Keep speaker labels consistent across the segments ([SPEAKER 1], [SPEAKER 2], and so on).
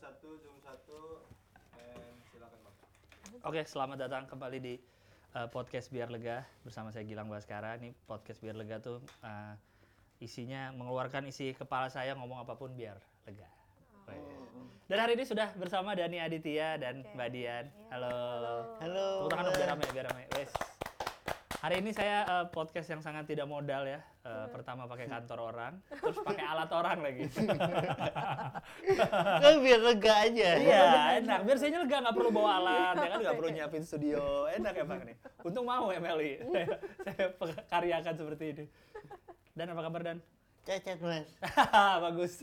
[SPEAKER 1] satu, zoom satu, and silakan bang.
[SPEAKER 2] Oke, selamat datang kembali di eh, podcast Biar Lega bersama saya Gilang Baskara. Ini podcast Biar Lega tuh eh, isinya mengeluarkan isi kepala saya ngomong apapun biar lega. Dan hari ini sudah bersama Dani Aditya dan Mbak Dian. Halo. Halo. Tepuk tangan dong, biar rame, biar rame. Wes. Hari ini saya eh, podcast yang sangat tidak modal ya. Eh, Pertama pakai kantor orang, terus pakai alat orang lagi.
[SPEAKER 3] kan biar lega aja.
[SPEAKER 2] Iya, enak. Biar saya lega, nggak perlu bawa alat, ya kan nggak perlu nyiapin studio. Enak emang nih. Untung mau MLI. Saya- saya karyakan seperti ini. Dan apa kabar Dan?
[SPEAKER 3] Cacat mas.
[SPEAKER 2] Bagus.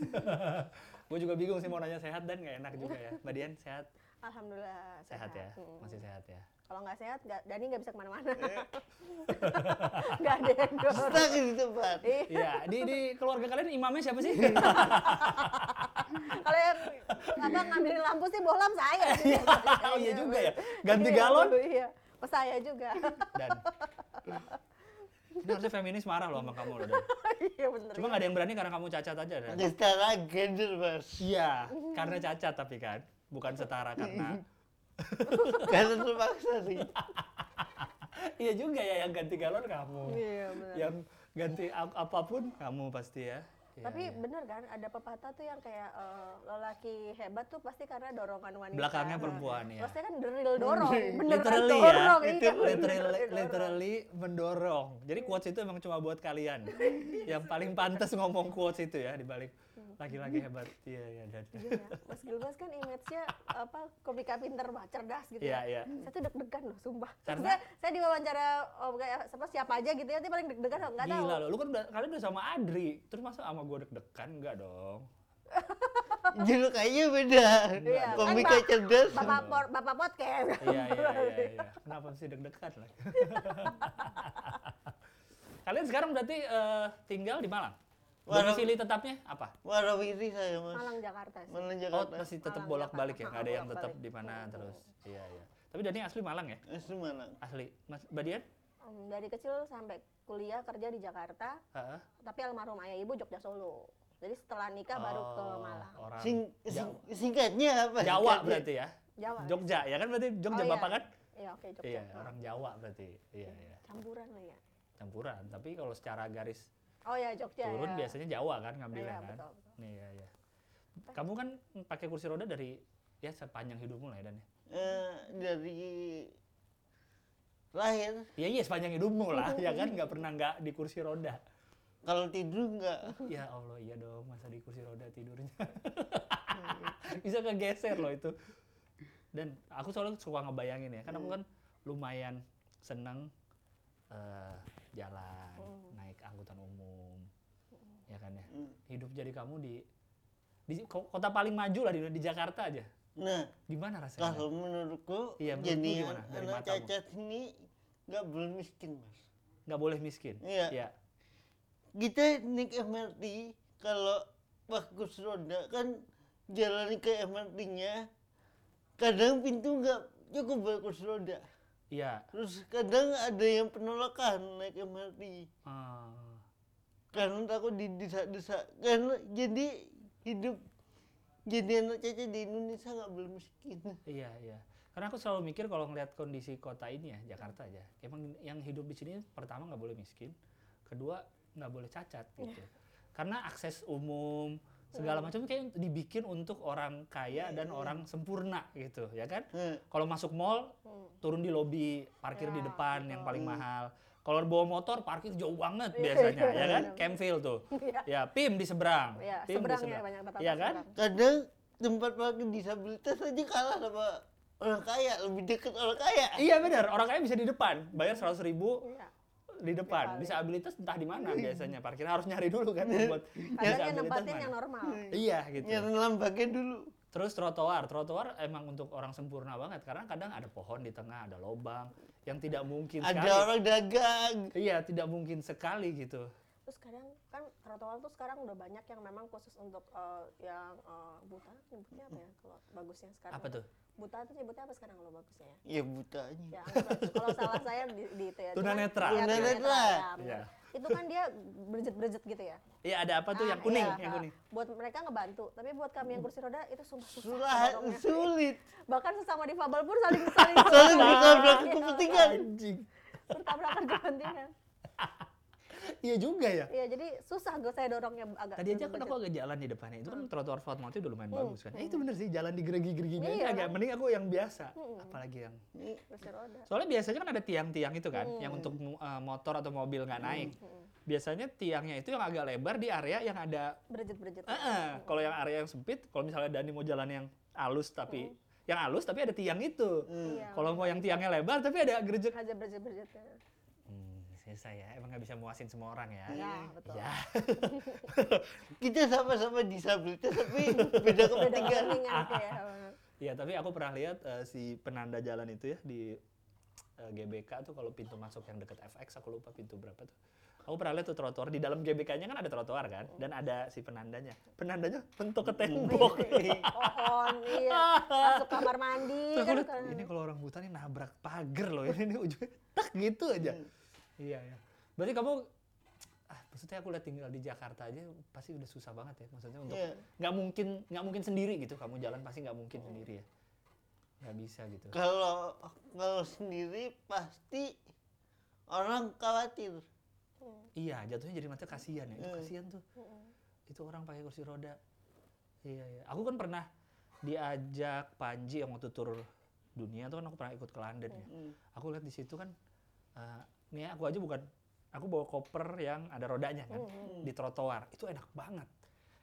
[SPEAKER 2] Gue juga bingung sih mau nanya sehat Dan nggak enak juga ya. Mbak Dian sehat?
[SPEAKER 4] Alhamdulillah
[SPEAKER 2] Sehat ya,
[SPEAKER 4] Hmm.
[SPEAKER 2] masih sehat ya.
[SPEAKER 4] Kalau nggak sehat, nggak, Dani nggak bisa kemana-mana. Nggak ada yang dorong.
[SPEAKER 3] Stuck di tempat.
[SPEAKER 4] Iya.
[SPEAKER 2] Iya, di, di keluarga kalian imamnya siapa sih?
[SPEAKER 4] Kalau yang apa ngambilin lampu sih bohlam saya. sih.
[SPEAKER 2] oh iya juga ya. Ganti galon.
[SPEAKER 4] Iya. Oh, saya juga.
[SPEAKER 2] Dan. Ini harusnya feminis marah loh sama kamu loh Dan.
[SPEAKER 4] Iya bener.
[SPEAKER 2] Cuma nggak ada yang berani karena kamu cacat aja Dan.
[SPEAKER 3] Ada setara gender mas.
[SPEAKER 2] Iya, karena cacat tapi kan bukan setara karena
[SPEAKER 3] Karena terpaksa sih.
[SPEAKER 2] iya juga ya yang ganti galon kamu,
[SPEAKER 4] Iya bener.
[SPEAKER 2] yang ganti ap- apapun kamu pasti ya. Iya,
[SPEAKER 4] Tapi
[SPEAKER 2] iya.
[SPEAKER 4] bener kan, ada pepatah tuh yang kayak eh, lelaki hebat tuh pasti karena dorongan wanita.
[SPEAKER 2] Belakangnya perempuan, iya.
[SPEAKER 4] Pasti kan deril dorong, bener
[SPEAKER 2] literally
[SPEAKER 4] kan
[SPEAKER 2] ya,
[SPEAKER 4] dorong.
[SPEAKER 2] itu
[SPEAKER 4] iya, bener,
[SPEAKER 2] literally,
[SPEAKER 4] dorong.
[SPEAKER 2] literally mendorong. Jadi quotes itu emang cuma buat kalian. yang paling pantas ngomong quotes itu ya dibalik laki-laki hebat. Iya iya dan.
[SPEAKER 4] Iya, ya. Mas Gilbas kan image-nya apa komika pinter banget, cerdas gitu.
[SPEAKER 2] Iya, iya.
[SPEAKER 4] ya. Saya tuh deg-degan loh, sumpah.
[SPEAKER 2] Karena?
[SPEAKER 4] Saya, saya diwawancara oh, kayak siapa siapa aja gitu ya, tapi paling deg-degan loh, nggak tahu.
[SPEAKER 2] Gila loh, lu kan udah, kalian udah sama Adri, terus masa sama gue deg-degan enggak dong?
[SPEAKER 3] Jeruk aja beda.
[SPEAKER 4] Iya, kan
[SPEAKER 3] Komika
[SPEAKER 4] Pak-
[SPEAKER 3] cerdas.
[SPEAKER 4] Bapak por, bapak podcast.
[SPEAKER 2] iya iya iya iya. Kenapa mesti deg-degan lah? Kalian sekarang berarti eh, tinggal di Malang.
[SPEAKER 3] Malang.
[SPEAKER 2] Domisili tetapnya apa?
[SPEAKER 3] Warawiri saya mas.
[SPEAKER 4] Malang Jakarta sih.
[SPEAKER 3] Malang
[SPEAKER 2] Oh,
[SPEAKER 3] Jakarta.
[SPEAKER 2] masih tetap
[SPEAKER 4] Malang,
[SPEAKER 2] bolak-balik ya,
[SPEAKER 4] Jakarta.
[SPEAKER 2] nggak ada yang tetap
[SPEAKER 4] Bolak-balik.
[SPEAKER 2] di mana terus. Iya iya. Tapi Dani asli Malang ya?
[SPEAKER 3] Asli Malang.
[SPEAKER 2] Asli. Mas Badian?
[SPEAKER 4] Em, dari kecil sampai kuliah kerja di Jakarta,
[SPEAKER 2] Heeh.
[SPEAKER 4] tapi almarhum ayah ibu Jogja Solo. Jadi setelah nikah baru ke Malang.
[SPEAKER 2] Oh, Orang
[SPEAKER 3] Sing, sing- singkatnya apa?
[SPEAKER 2] Jawa
[SPEAKER 3] Singkatnya.
[SPEAKER 2] berarti ya?
[SPEAKER 4] Jawa. ya?
[SPEAKER 2] Jogja ya kan berarti Jogja
[SPEAKER 4] Oh, iya.
[SPEAKER 2] Bapak kan?
[SPEAKER 4] Iya, oke Jogja.
[SPEAKER 2] Iya,
[SPEAKER 4] Oh.
[SPEAKER 2] orang Jawa berarti. Iya iya.
[SPEAKER 4] Campuran lah ya.
[SPEAKER 2] Campuran, tapi kalau secara garis
[SPEAKER 4] Oh ya Jogja.
[SPEAKER 2] turun
[SPEAKER 4] ya.
[SPEAKER 2] biasanya Jawa kan ngambilnya
[SPEAKER 4] Iya,
[SPEAKER 2] kan.
[SPEAKER 4] betul, betul.
[SPEAKER 2] Iya iya. Kamu kan pakai kursi roda dari ya sepanjang hidupmu lah ya Dan ya.
[SPEAKER 3] Eh, dari lahir.
[SPEAKER 2] Iya iya sepanjang hidupmu lah ya kan nggak pernah nggak di kursi roda.
[SPEAKER 3] Kalau tidur enggak.
[SPEAKER 2] Ya Allah iya dong masa di kursi roda tidurnya. Bisa kegeser loh itu. Dan aku selalu suka ngebayangin ya kan aku kan lumayan seneng eh, jalan naik angkutan umum ya kan ya.
[SPEAKER 3] Hmm.
[SPEAKER 2] Hidup jadi kamu di di ko- kota paling maju lah di, di Jakarta aja.
[SPEAKER 3] Nah,
[SPEAKER 2] Gimana rasanya?
[SPEAKER 3] kalau menurutku,
[SPEAKER 2] Iya, menurutmu
[SPEAKER 3] jadi
[SPEAKER 2] gimana? Dari
[SPEAKER 3] anak
[SPEAKER 2] matamu.
[SPEAKER 3] cacat ini nggak boleh miskin mas.
[SPEAKER 2] nggak boleh miskin.
[SPEAKER 3] Iya. kita naik MRT kalau bagus roda kan jalan ke MRT-nya kadang pintu nggak cukup bagus roda
[SPEAKER 2] Iya.
[SPEAKER 3] terus kadang ada yang penolakan naik MRT
[SPEAKER 2] Ah.
[SPEAKER 3] karena takut didesak-desak karena jadi hidup jadi anak cacat di Indonesia nggak boleh miskin
[SPEAKER 2] Iya, iya. Karena aku selalu mikir kalau ngelihat kondisi kota ini ya, Jakarta aja. Emang yang hidup di sini pertama nggak boleh miskin, kedua nggak boleh cacat
[SPEAKER 4] Iya.
[SPEAKER 2] gitu. Karena akses umum segala macam kayak dibikin untuk orang
[SPEAKER 4] Iya,
[SPEAKER 2] kaya dan orang sempurna gitu, ya kan?
[SPEAKER 3] Nah,
[SPEAKER 2] Kalau masuk mall
[SPEAKER 4] Hmm.
[SPEAKER 2] turun di lobi, parkir di
[SPEAKER 4] Ya,
[SPEAKER 2] depan yang
[SPEAKER 4] betul.
[SPEAKER 2] paling mahal. Kalau bawa motor parkir jauh banget
[SPEAKER 4] Iya,
[SPEAKER 2] biasanya,
[SPEAKER 4] iya,
[SPEAKER 2] ya kan?
[SPEAKER 4] benar.
[SPEAKER 2] Campfield tuh.
[SPEAKER 4] Iya.
[SPEAKER 2] Ya, PIM di seberang.
[SPEAKER 4] Iya,
[SPEAKER 2] PIM
[SPEAKER 4] seberang ya banyak tetangga
[SPEAKER 2] Iya kan?
[SPEAKER 4] seberang.
[SPEAKER 3] kadang tempat parkir disabilitas aja kalah sama orang kaya lebih dekat orang kaya
[SPEAKER 2] Iya benar, orang kaya bisa di depan, bayar 100.000 ribu
[SPEAKER 4] Iya.
[SPEAKER 2] di depan. Disabilitas entah di mana biasanya parkir harus nyari dulu kan buat
[SPEAKER 3] Ya,
[SPEAKER 4] Kadang yang
[SPEAKER 2] disabilitas
[SPEAKER 4] nempatin
[SPEAKER 2] mana.
[SPEAKER 4] yang normal.
[SPEAKER 3] Hmm.
[SPEAKER 2] Iya gitu.
[SPEAKER 3] yang lambangnya dulu
[SPEAKER 2] Terus trotoar, trotoar emang untuk orang sempurna banget karena kadang ada pohon di tengah, ada lobang yang tidak mungkin
[SPEAKER 3] ada
[SPEAKER 2] Iya, sekali.
[SPEAKER 3] orang dagang
[SPEAKER 2] Iya, tidak mungkin sekali gitu.
[SPEAKER 4] Terus kadang kan trotoar tuh sekarang udah banyak yang memang khusus untuk eh, yang eh, bu- buta nyebutnya apa ya kalau bagusnya sekarang?
[SPEAKER 2] Apa tuh?
[SPEAKER 4] Buta tuh nyebutnya apa sekarang kalau bagusnya ya?
[SPEAKER 3] ya butanya
[SPEAKER 4] Ya, aku- kalau salah saya di, di itu ya.
[SPEAKER 2] Tunanetra.
[SPEAKER 3] Tunanetra.
[SPEAKER 4] Iya, tunanetra, ya,
[SPEAKER 2] Iya.
[SPEAKER 4] benar. Itu kan dia berjet-berjet gitu ya.
[SPEAKER 2] Iya ada apa tuh
[SPEAKER 4] Ah,
[SPEAKER 2] yang kuning,
[SPEAKER 4] iya,
[SPEAKER 2] yang
[SPEAKER 4] ah.
[SPEAKER 2] kuning.
[SPEAKER 4] Buat mereka ngebantu, tapi buat kami yang kursi roda itu sumpah susah.
[SPEAKER 3] Sulah,
[SPEAKER 4] dorongnya.
[SPEAKER 3] sulit
[SPEAKER 4] Bahkan sesama difabel pun saling saling
[SPEAKER 3] soalnya
[SPEAKER 4] saling-
[SPEAKER 3] kita berlaku
[SPEAKER 4] Iya,
[SPEAKER 3] kepentingan
[SPEAKER 4] Bertabrakan kepentingan.
[SPEAKER 2] Iya juga ya.
[SPEAKER 4] Iya, jadi susah gue saya dorongnya agak.
[SPEAKER 2] Tadi aja kan
[SPEAKER 4] berjet-berjet.
[SPEAKER 2] aku agak jalan di depannya, itu kan trotoar Fatmawati udah lumayan
[SPEAKER 4] Hmm,
[SPEAKER 2] bagus kan. Eh itu bener sih, jalan di geregi-gereginya
[SPEAKER 4] Iya.
[SPEAKER 2] aja agak mending aku yang biasa.
[SPEAKER 4] Mm-mm.
[SPEAKER 2] Apalagi yang...
[SPEAKER 4] kursi roda.
[SPEAKER 2] Soalnya biasanya kan ada tiang-tiang itu kan, yang
[SPEAKER 4] Hmm.
[SPEAKER 2] untuk uh, motor atau mobil nggak naik. Biasanya tiangnya itu yang agak lebar di area yang ada
[SPEAKER 4] Berjet-berjet.
[SPEAKER 2] Eh, eh, kalau yang area yang sempit, kalau misalnya Dani mau jalan yang halus tapi yang halus tapi ada tiang itu.
[SPEAKER 4] Hmm. Iya.
[SPEAKER 2] Kalau mau yang tiangnya lebar tapi ada gerejek.
[SPEAKER 4] Aja berjet-berjetnya.
[SPEAKER 2] Hmm, selesai ya. Emang nggak bisa muasin semua orang ya.
[SPEAKER 4] Iya, betul.
[SPEAKER 2] Ya.
[SPEAKER 3] kita sama-sama disabilitas tapi beda
[SPEAKER 4] Beda ya.
[SPEAKER 3] kepentingan
[SPEAKER 4] kepentingan kayak. benar.
[SPEAKER 2] Iya, tapi aku pernah lihat eh, si penanda jalan itu ya di eh, GBK tuh kalau pintu masuk yang deket FX aku lupa pintu berapa tuh. Aku pernah lihat tuh trotoar di dalam GBK-nya kan ada trotoar kan dan ada si penandanya. Penandanya bentuk ke tembok.
[SPEAKER 4] Iya, Pohon, iya. Masuk kamar mandi.
[SPEAKER 2] Terus aku
[SPEAKER 4] kan
[SPEAKER 2] liat,
[SPEAKER 4] kan.
[SPEAKER 2] ini kalau orang buta nih nabrak pagar loh ini, ini ujungnya tak gitu aja. Iya ya. Berarti kamu ah, maksudnya aku lihat tinggal di Jakarta aja pasti udah susah banget ya maksudnya untuk
[SPEAKER 3] Iya.
[SPEAKER 2] nggak mungkin nggak mungkin sendiri gitu kamu jalan pasti nggak mungkin sendiri ya nggak bisa gitu
[SPEAKER 3] kalau kalau sendiri pasti orang khawatir
[SPEAKER 2] iya jatuhnya jadi mata kasihan ya itu
[SPEAKER 3] Iya.
[SPEAKER 2] kasihan tuh itu orang pakai kursi roda iya iya aku kan pernah diajak Panji yang waktu tur dunia tuh kan aku pernah ikut ke London
[SPEAKER 4] Mm.
[SPEAKER 2] ya aku lihat di situ kan eh, nih ya, aku aja bukan aku bawa koper yang ada rodanya kan di trotoar itu enak banget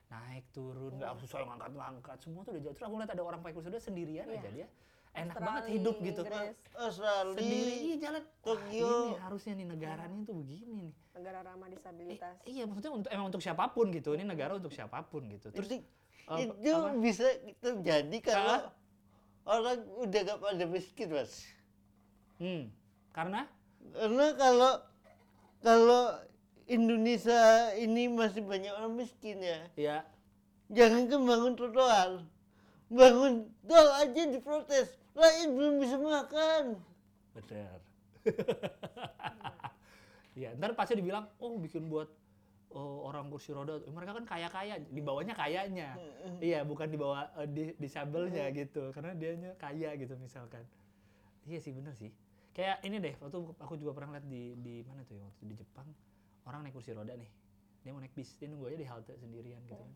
[SPEAKER 2] naik turun
[SPEAKER 4] Mm.
[SPEAKER 2] nggak susah yang ngangkat ngangkat semua tuh udah jauh terus aku lihat ada orang pakai kursi roda sendirian
[SPEAKER 4] Iya.
[SPEAKER 2] aja dia enak
[SPEAKER 4] Australia,
[SPEAKER 2] banget hidup gitu
[SPEAKER 4] Inggris,
[SPEAKER 2] sendiri iya
[SPEAKER 3] Australia
[SPEAKER 2] jalan Wah,
[SPEAKER 3] Tokyo.
[SPEAKER 2] ini ah. harusnya nih negaranya tuh begini nih
[SPEAKER 4] negara ramah
[SPEAKER 2] Eh,
[SPEAKER 4] disabilitas.
[SPEAKER 2] iya maksudnya untuk emang untuk siapapun gitu ini negara untuk siapapun gitu terus
[SPEAKER 3] itu,
[SPEAKER 2] apa-
[SPEAKER 3] itu
[SPEAKER 2] apa?
[SPEAKER 3] bisa terjadi kalau orang udah gak pada miskin mas
[SPEAKER 2] hmm, karena
[SPEAKER 3] karena kalau kalau Indonesia ini masih banyak orang miskin ya
[SPEAKER 2] ya
[SPEAKER 3] jangan kan bangun trotoar bangun tol aja diprotes rakyat belum bisa makan
[SPEAKER 2] Bener. ya, ntar pasti dibilang, oh bikin buat oh, orang kursi roda. Eh, Mereka kan kaya-kaya, di bawahnya kayanya. Iya, bukan di bawah eh, di disabelnya gitu. Karena dianya kaya gitu misalkan. Iya sih bener sih. Kayak ini deh, waktu aku juga pernah lihat di di mana tuh ya, waktu di Jepang orang naik kursi roda nih. Dia mau naik bis, dia nunggu aja di halte sendirian gitu kan.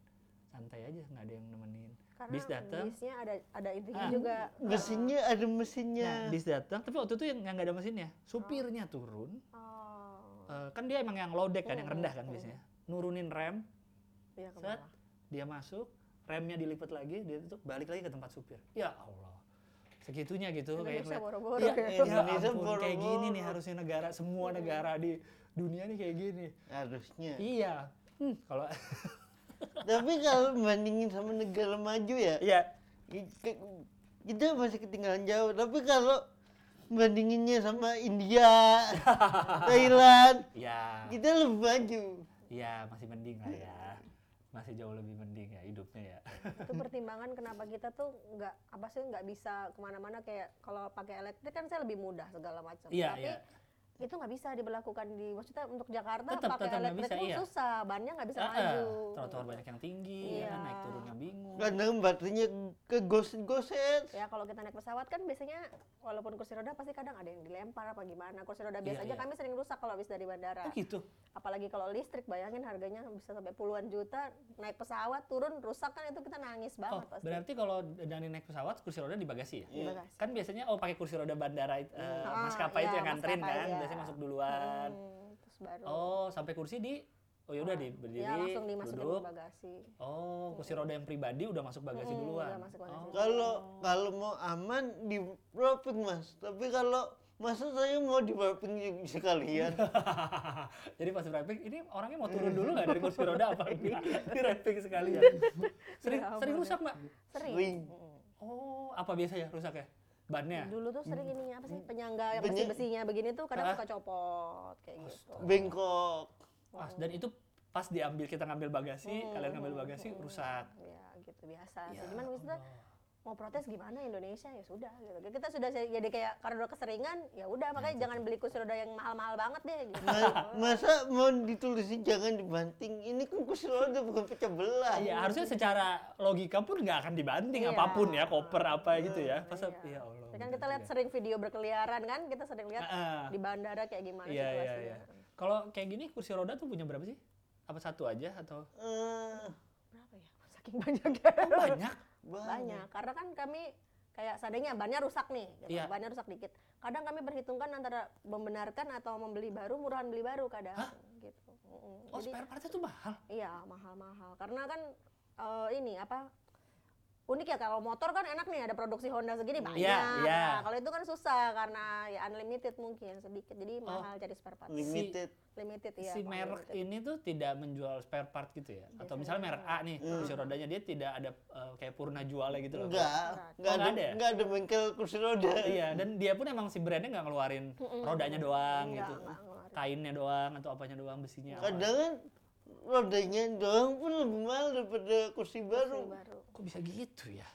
[SPEAKER 2] Santai aja, nggak ada yang nemenin.
[SPEAKER 4] Karena
[SPEAKER 2] eh, bis datang,
[SPEAKER 4] bisnya ada ada intinya
[SPEAKER 2] Ah.
[SPEAKER 4] juga.
[SPEAKER 3] mesinnya ada mesinnya
[SPEAKER 2] nah, bis datang, tapi waktu itu yang yang nggak ada mesinnya, supirnya turun,
[SPEAKER 4] Oh,
[SPEAKER 2] Eh, kan dia emang yang low deck kan, yang rendah kan biasanya. Nurunin rem,
[SPEAKER 4] iya Hmm, ke
[SPEAKER 2] set,
[SPEAKER 4] bawah.
[SPEAKER 2] dia masuk, remnya dilipat lagi, dia tutup, balik lagi ke tempat supir. Ya Allah. Segitunya gitu kayak
[SPEAKER 4] Indonesia
[SPEAKER 2] ngeliat,
[SPEAKER 4] boro-boro
[SPEAKER 2] ya,
[SPEAKER 4] ya.
[SPEAKER 2] ya
[SPEAKER 3] Indonesia
[SPEAKER 2] ampun, kayak gini nih
[SPEAKER 3] boro-boro.
[SPEAKER 2] harusnya negara
[SPEAKER 4] Hmm.
[SPEAKER 2] semua negara di dunia nih kayak gini.
[SPEAKER 3] harusnya
[SPEAKER 2] Iya. Hmm, kalau
[SPEAKER 3] tapi kalau bandingin sama negara maju ya
[SPEAKER 2] iya,
[SPEAKER 3] i- ke- kita masih ketinggalan jauh tapi kalau bandinginnya sama India Thailand
[SPEAKER 2] ya,
[SPEAKER 4] Gitu.
[SPEAKER 3] kita lebih maju
[SPEAKER 2] ya masih mending lah ya. Masih jauh lebih mending ya hidupnya ya.
[SPEAKER 4] Itu pertimbangan kenapa kita tuh nggak apa sih nggak bisa kemana-mana kayak kalau pakai elektrik kan saya lebih mudah segala macam.
[SPEAKER 2] Iya,
[SPEAKER 4] Tapi
[SPEAKER 2] iya.
[SPEAKER 4] itu nggak bisa diberlakukan di maksudnya untuk Jakarta
[SPEAKER 2] Tetap,
[SPEAKER 4] pakai
[SPEAKER 2] tetap nggak
[SPEAKER 4] elektrik
[SPEAKER 2] bisa,
[SPEAKER 4] tuh
[SPEAKER 2] iya.
[SPEAKER 4] susah, bannya nggak bisa
[SPEAKER 2] Ah, ah,
[SPEAKER 4] maju.
[SPEAKER 2] Trotoar banyak yang tinggi, ya kan, naik
[SPEAKER 4] Iya.
[SPEAKER 2] turunnya bingung.
[SPEAKER 3] kadang baterainya ke goset-goset
[SPEAKER 4] Ya kalau kita naik pesawat kan biasanya walaupun kursi roda pasti kadang ada yang dilempar apa gimana. Kursi roda biasa aja
[SPEAKER 2] iya.
[SPEAKER 4] kami sering rusak kalau habis dari bandara.
[SPEAKER 2] Oh gitu.
[SPEAKER 4] Apalagi kalau listrik bayangin harganya bisa sampai puluhan juta, naik pesawat turun rusak kan itu kita nangis
[SPEAKER 2] Oh,
[SPEAKER 4] banget pasti.
[SPEAKER 2] berarti kalau Dani naik pesawat kursi roda di bagasi ya?
[SPEAKER 4] Di bagasi.
[SPEAKER 2] Kan biasanya oh pakai kursi roda bandara it- eh,
[SPEAKER 4] Ah,
[SPEAKER 2] maskapai itu
[SPEAKER 4] iya,
[SPEAKER 2] yang nganterin
[SPEAKER 4] maskapai,
[SPEAKER 2] kan,
[SPEAKER 4] iya.
[SPEAKER 2] biasanya masuk duluan.
[SPEAKER 4] Hmm, terus baru
[SPEAKER 2] Oh, sampai kursi di Oh ya udah di berdiri,
[SPEAKER 4] ya langsung dimasukin
[SPEAKER 2] duduk.
[SPEAKER 4] ke bagasi.
[SPEAKER 2] Oh, kursi roda yang pribadi udah masuk bagasi
[SPEAKER 4] Mm-mm,
[SPEAKER 2] duluan.
[SPEAKER 4] udah masuk bagasi.
[SPEAKER 2] Oh.
[SPEAKER 3] kalau kalau mau aman di roping mas tapi kalau masa saya mau di ya roping sekalian
[SPEAKER 2] Jadi pas wrapping, ini orangnya mau turun dulu nggak dari kursi roda apa enggak? Di wrapping sekali ya. Sering,
[SPEAKER 4] Ya
[SPEAKER 2] sering
[SPEAKER 4] Iya. ampun.
[SPEAKER 2] rusak mbak?
[SPEAKER 4] Sering.
[SPEAKER 3] Sering.
[SPEAKER 4] Mm-mm.
[SPEAKER 2] Oh, apa biasa ya rusaknya? Bannya?
[SPEAKER 4] Dulu tuh
[SPEAKER 2] Hmm.
[SPEAKER 4] sering ininya apa sih penyangga yang
[SPEAKER 3] Benye-
[SPEAKER 4] besi-besinya begini tuh kadang
[SPEAKER 2] Ah.
[SPEAKER 4] suka copot kayak gitu.
[SPEAKER 3] bengkok
[SPEAKER 4] Hmm.
[SPEAKER 2] Wah, dan itu pas diambil kita ngambil bagasi, kalian ngambil bagasi rusak.
[SPEAKER 4] Ya gitu. gitu biasa sih.
[SPEAKER 2] Ya
[SPEAKER 4] Cuman maksudnya
[SPEAKER 2] Allah.
[SPEAKER 4] mau protes gimana Indonesia ya sudah gitu. Kita sudah se- jadi kayak karena udah keseringan ya udah makanya
[SPEAKER 2] Nah,
[SPEAKER 4] jangan beli kursi roda yang mahal-mahal banget deh gitu.
[SPEAKER 3] Ma- masa mau ditulisi jangan dibanting ini kan kursi roda bukan pecah belah
[SPEAKER 2] Iya, harusnya secara logika pun nggak akan dibanting
[SPEAKER 4] Iya.
[SPEAKER 2] apapun ya, koper apa gitu ya. Pas
[SPEAKER 4] Iya.
[SPEAKER 2] ya Allah.
[SPEAKER 4] kan
[SPEAKER 2] benar
[SPEAKER 4] kita lihat
[SPEAKER 2] juga.
[SPEAKER 4] sering video berkeliaran kan, kita sering lihat
[SPEAKER 2] Ah,
[SPEAKER 4] di bandara kayak gimana
[SPEAKER 2] Iya, iya,
[SPEAKER 4] situasinya.
[SPEAKER 2] iya. Kalau kayak gini kursi roda tuh punya berapa sih? Apa satu aja atau
[SPEAKER 3] Eh,
[SPEAKER 4] Berapa ya? Saking banyaknya.
[SPEAKER 2] Oh, banyak?
[SPEAKER 3] banyak
[SPEAKER 4] banyak karena kan kami kayak seandainya bannya rusak nih gitu.
[SPEAKER 2] Iya.
[SPEAKER 4] bannya rusak dikit kadang kami perhitungkan antara membenarkan atau membeli baru murahan beli baru kadang
[SPEAKER 2] Hah?
[SPEAKER 4] gitu Mm-mm.
[SPEAKER 2] Oh,
[SPEAKER 4] jadi
[SPEAKER 2] spare partnya tuh mahal.
[SPEAKER 4] iya mahal-mahal karena kan eh, ini apa unik ya kalau motor kan enak nih ada produksi Honda segini banyak
[SPEAKER 2] iya.
[SPEAKER 4] Nah, kalau itu kan susah karena ya unlimited mungkin sedikit jadi mahal jadi spare part
[SPEAKER 3] limited
[SPEAKER 4] limited ya
[SPEAKER 2] Oh. si merek ini tuh tidak menjual spare part gitu
[SPEAKER 4] Iya,
[SPEAKER 2] ya? Atau misalnya merek A nih, kursi rodanya dia tidak ada eh, kayak purna jualnya gitu loh.
[SPEAKER 3] enggak enggak
[SPEAKER 2] nggak
[SPEAKER 3] ada
[SPEAKER 2] ada ya?
[SPEAKER 3] enggak ada bengkel kursi roda
[SPEAKER 2] Iya, dan dia pun emang si brandnya nggak ngeluarin rodanya doang
[SPEAKER 4] Nggak,
[SPEAKER 2] gitu.
[SPEAKER 4] nggak ngeluarin.
[SPEAKER 2] Kainnya doang atau apanya doang, besinya. apa.
[SPEAKER 3] kadang kan rodanya doang pun lebih mahal daripada kursi
[SPEAKER 4] baru
[SPEAKER 3] baru
[SPEAKER 4] baru
[SPEAKER 2] Kok bisa gitu ya?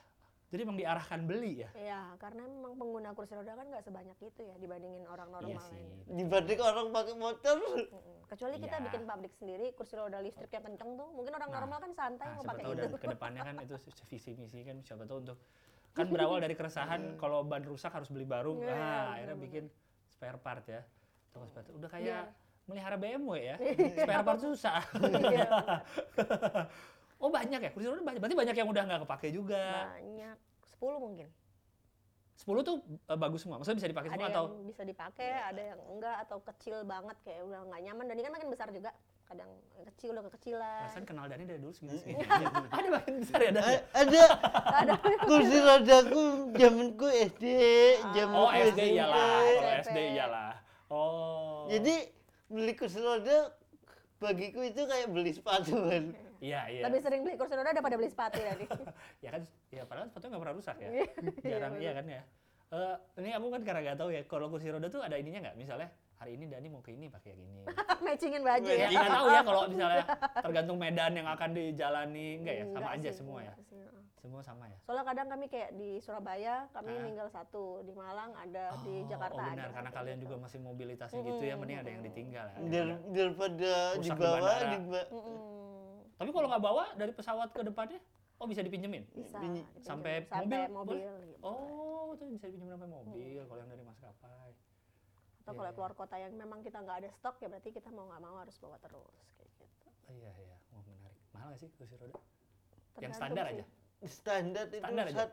[SPEAKER 2] Jadi emang diarahkan beli ya?
[SPEAKER 4] Iya, karena memang pengguna kursi roda kan nggak sebanyak itu ya dibandingin orang normal
[SPEAKER 2] Iya
[SPEAKER 4] lain.
[SPEAKER 2] sih.
[SPEAKER 3] dibanding orang pakai motor
[SPEAKER 4] Mm-mm. Kecuali kita
[SPEAKER 2] Iya.
[SPEAKER 4] bikin pabrik sendiri, kursi roda listrik yang kenceng tuh. Mungkin orang
[SPEAKER 2] Nah,
[SPEAKER 4] normal kan santai
[SPEAKER 2] Nah,
[SPEAKER 4] mau
[SPEAKER 2] siapa
[SPEAKER 4] pakai
[SPEAKER 2] tahu
[SPEAKER 4] itu.
[SPEAKER 2] dan kedepannya kan itu se- visi misi kan siapa tahu untuk kan berawal dari keresahan kalau ban rusak harus beli baru.
[SPEAKER 4] Iya, iya,
[SPEAKER 2] Nah, akhirnya bikin spare part ya. Toko sepatu. Udah kayak melihara BMW ya. spare part susah.
[SPEAKER 4] Iya,
[SPEAKER 2] oh banyak ya kursi roda banyak. Berarti banyak yang udah nggak kepake
[SPEAKER 4] Nah.
[SPEAKER 2] juga.
[SPEAKER 4] Banyak, 10 mungkin.
[SPEAKER 2] 10 tuh eh, bagus semua. Maksudnya bisa dipakai
[SPEAKER 4] Ada
[SPEAKER 2] semua
[SPEAKER 4] yang
[SPEAKER 2] atau Iya.
[SPEAKER 4] bisa dipakai, ada yang enggak atau kecil banget kayak udah nggak nyaman dan ini kan makin besar juga. Kadang yang kecil udah kekecilan.
[SPEAKER 2] perasaan kenal Dani dari dulu segini segini. Ada makin besar ya Dani. ya?
[SPEAKER 3] A- ada
[SPEAKER 4] ada
[SPEAKER 3] kursi rodaku zamanku SD
[SPEAKER 2] Oh
[SPEAKER 3] zamanku
[SPEAKER 2] SD iyalah, kalau
[SPEAKER 4] SMP.
[SPEAKER 2] SD iyalah. Oh.
[SPEAKER 3] Jadi beli kursi roda bagiku itu kayak beli sepatu kan.
[SPEAKER 2] iya iya.
[SPEAKER 4] lebih sering beli kursi roda daripada beli sepatu tadi.
[SPEAKER 2] Ya kan ya padahal sepatu nggak pernah rusak ya. Jarang iya kan ya. Eh, ini aku kan karena nggak tahu ya kalau kursi roda tuh ada ininya nggak misalnya hari ini Dani mau ke ini pakai yang ini.
[SPEAKER 4] Matchingin baju
[SPEAKER 2] Ya
[SPEAKER 4] ya.
[SPEAKER 2] nggak tahu ya kalau misalnya tergantung medan yang akan dijalani enggak ya sama
[SPEAKER 4] Enggak
[SPEAKER 2] aja
[SPEAKER 4] sih,
[SPEAKER 2] semua ya.
[SPEAKER 4] enggak sih, heeh.
[SPEAKER 2] Semua sama ya.
[SPEAKER 4] Soalnya kadang kami kayak di Surabaya kami
[SPEAKER 2] Ah.
[SPEAKER 4] ninggal satu, di Malang ada, di
[SPEAKER 2] Oh,
[SPEAKER 4] Jakarta
[SPEAKER 2] oh
[SPEAKER 4] ada. gitu.
[SPEAKER 2] benar karena kalian juga masih mobilitasnya gitu ya mending ada yang ditinggal ya.
[SPEAKER 3] Dar- daripada
[SPEAKER 2] Rusak di
[SPEAKER 3] dibawa
[SPEAKER 2] bandara.
[SPEAKER 3] diba
[SPEAKER 4] Mm-mm.
[SPEAKER 2] Tapi kalau nggak bawa dari pesawat ke depannya oh bisa dipinjemin.
[SPEAKER 4] bisa
[SPEAKER 3] Bini-
[SPEAKER 4] dipinjam.
[SPEAKER 2] sampai
[SPEAKER 4] sampai
[SPEAKER 2] mobil,
[SPEAKER 4] mobil, gitu.
[SPEAKER 2] Oh, tuh bisa dipinjam sampai mobil
[SPEAKER 4] Mm.
[SPEAKER 2] kalau yang dari maskapai.
[SPEAKER 4] atau
[SPEAKER 2] iya,
[SPEAKER 4] kalau
[SPEAKER 2] iya.
[SPEAKER 4] keluar kota yang memang kita nggak ada stok ya berarti kita mau nggak mau harus bawa terus kayak gitu
[SPEAKER 2] Oh, iya iya, wah menarik. Mahal nggak sih kursi roda? yang
[SPEAKER 4] Tergantung
[SPEAKER 2] standar
[SPEAKER 4] sih.
[SPEAKER 2] aja.
[SPEAKER 3] standar itu
[SPEAKER 2] Standar aja.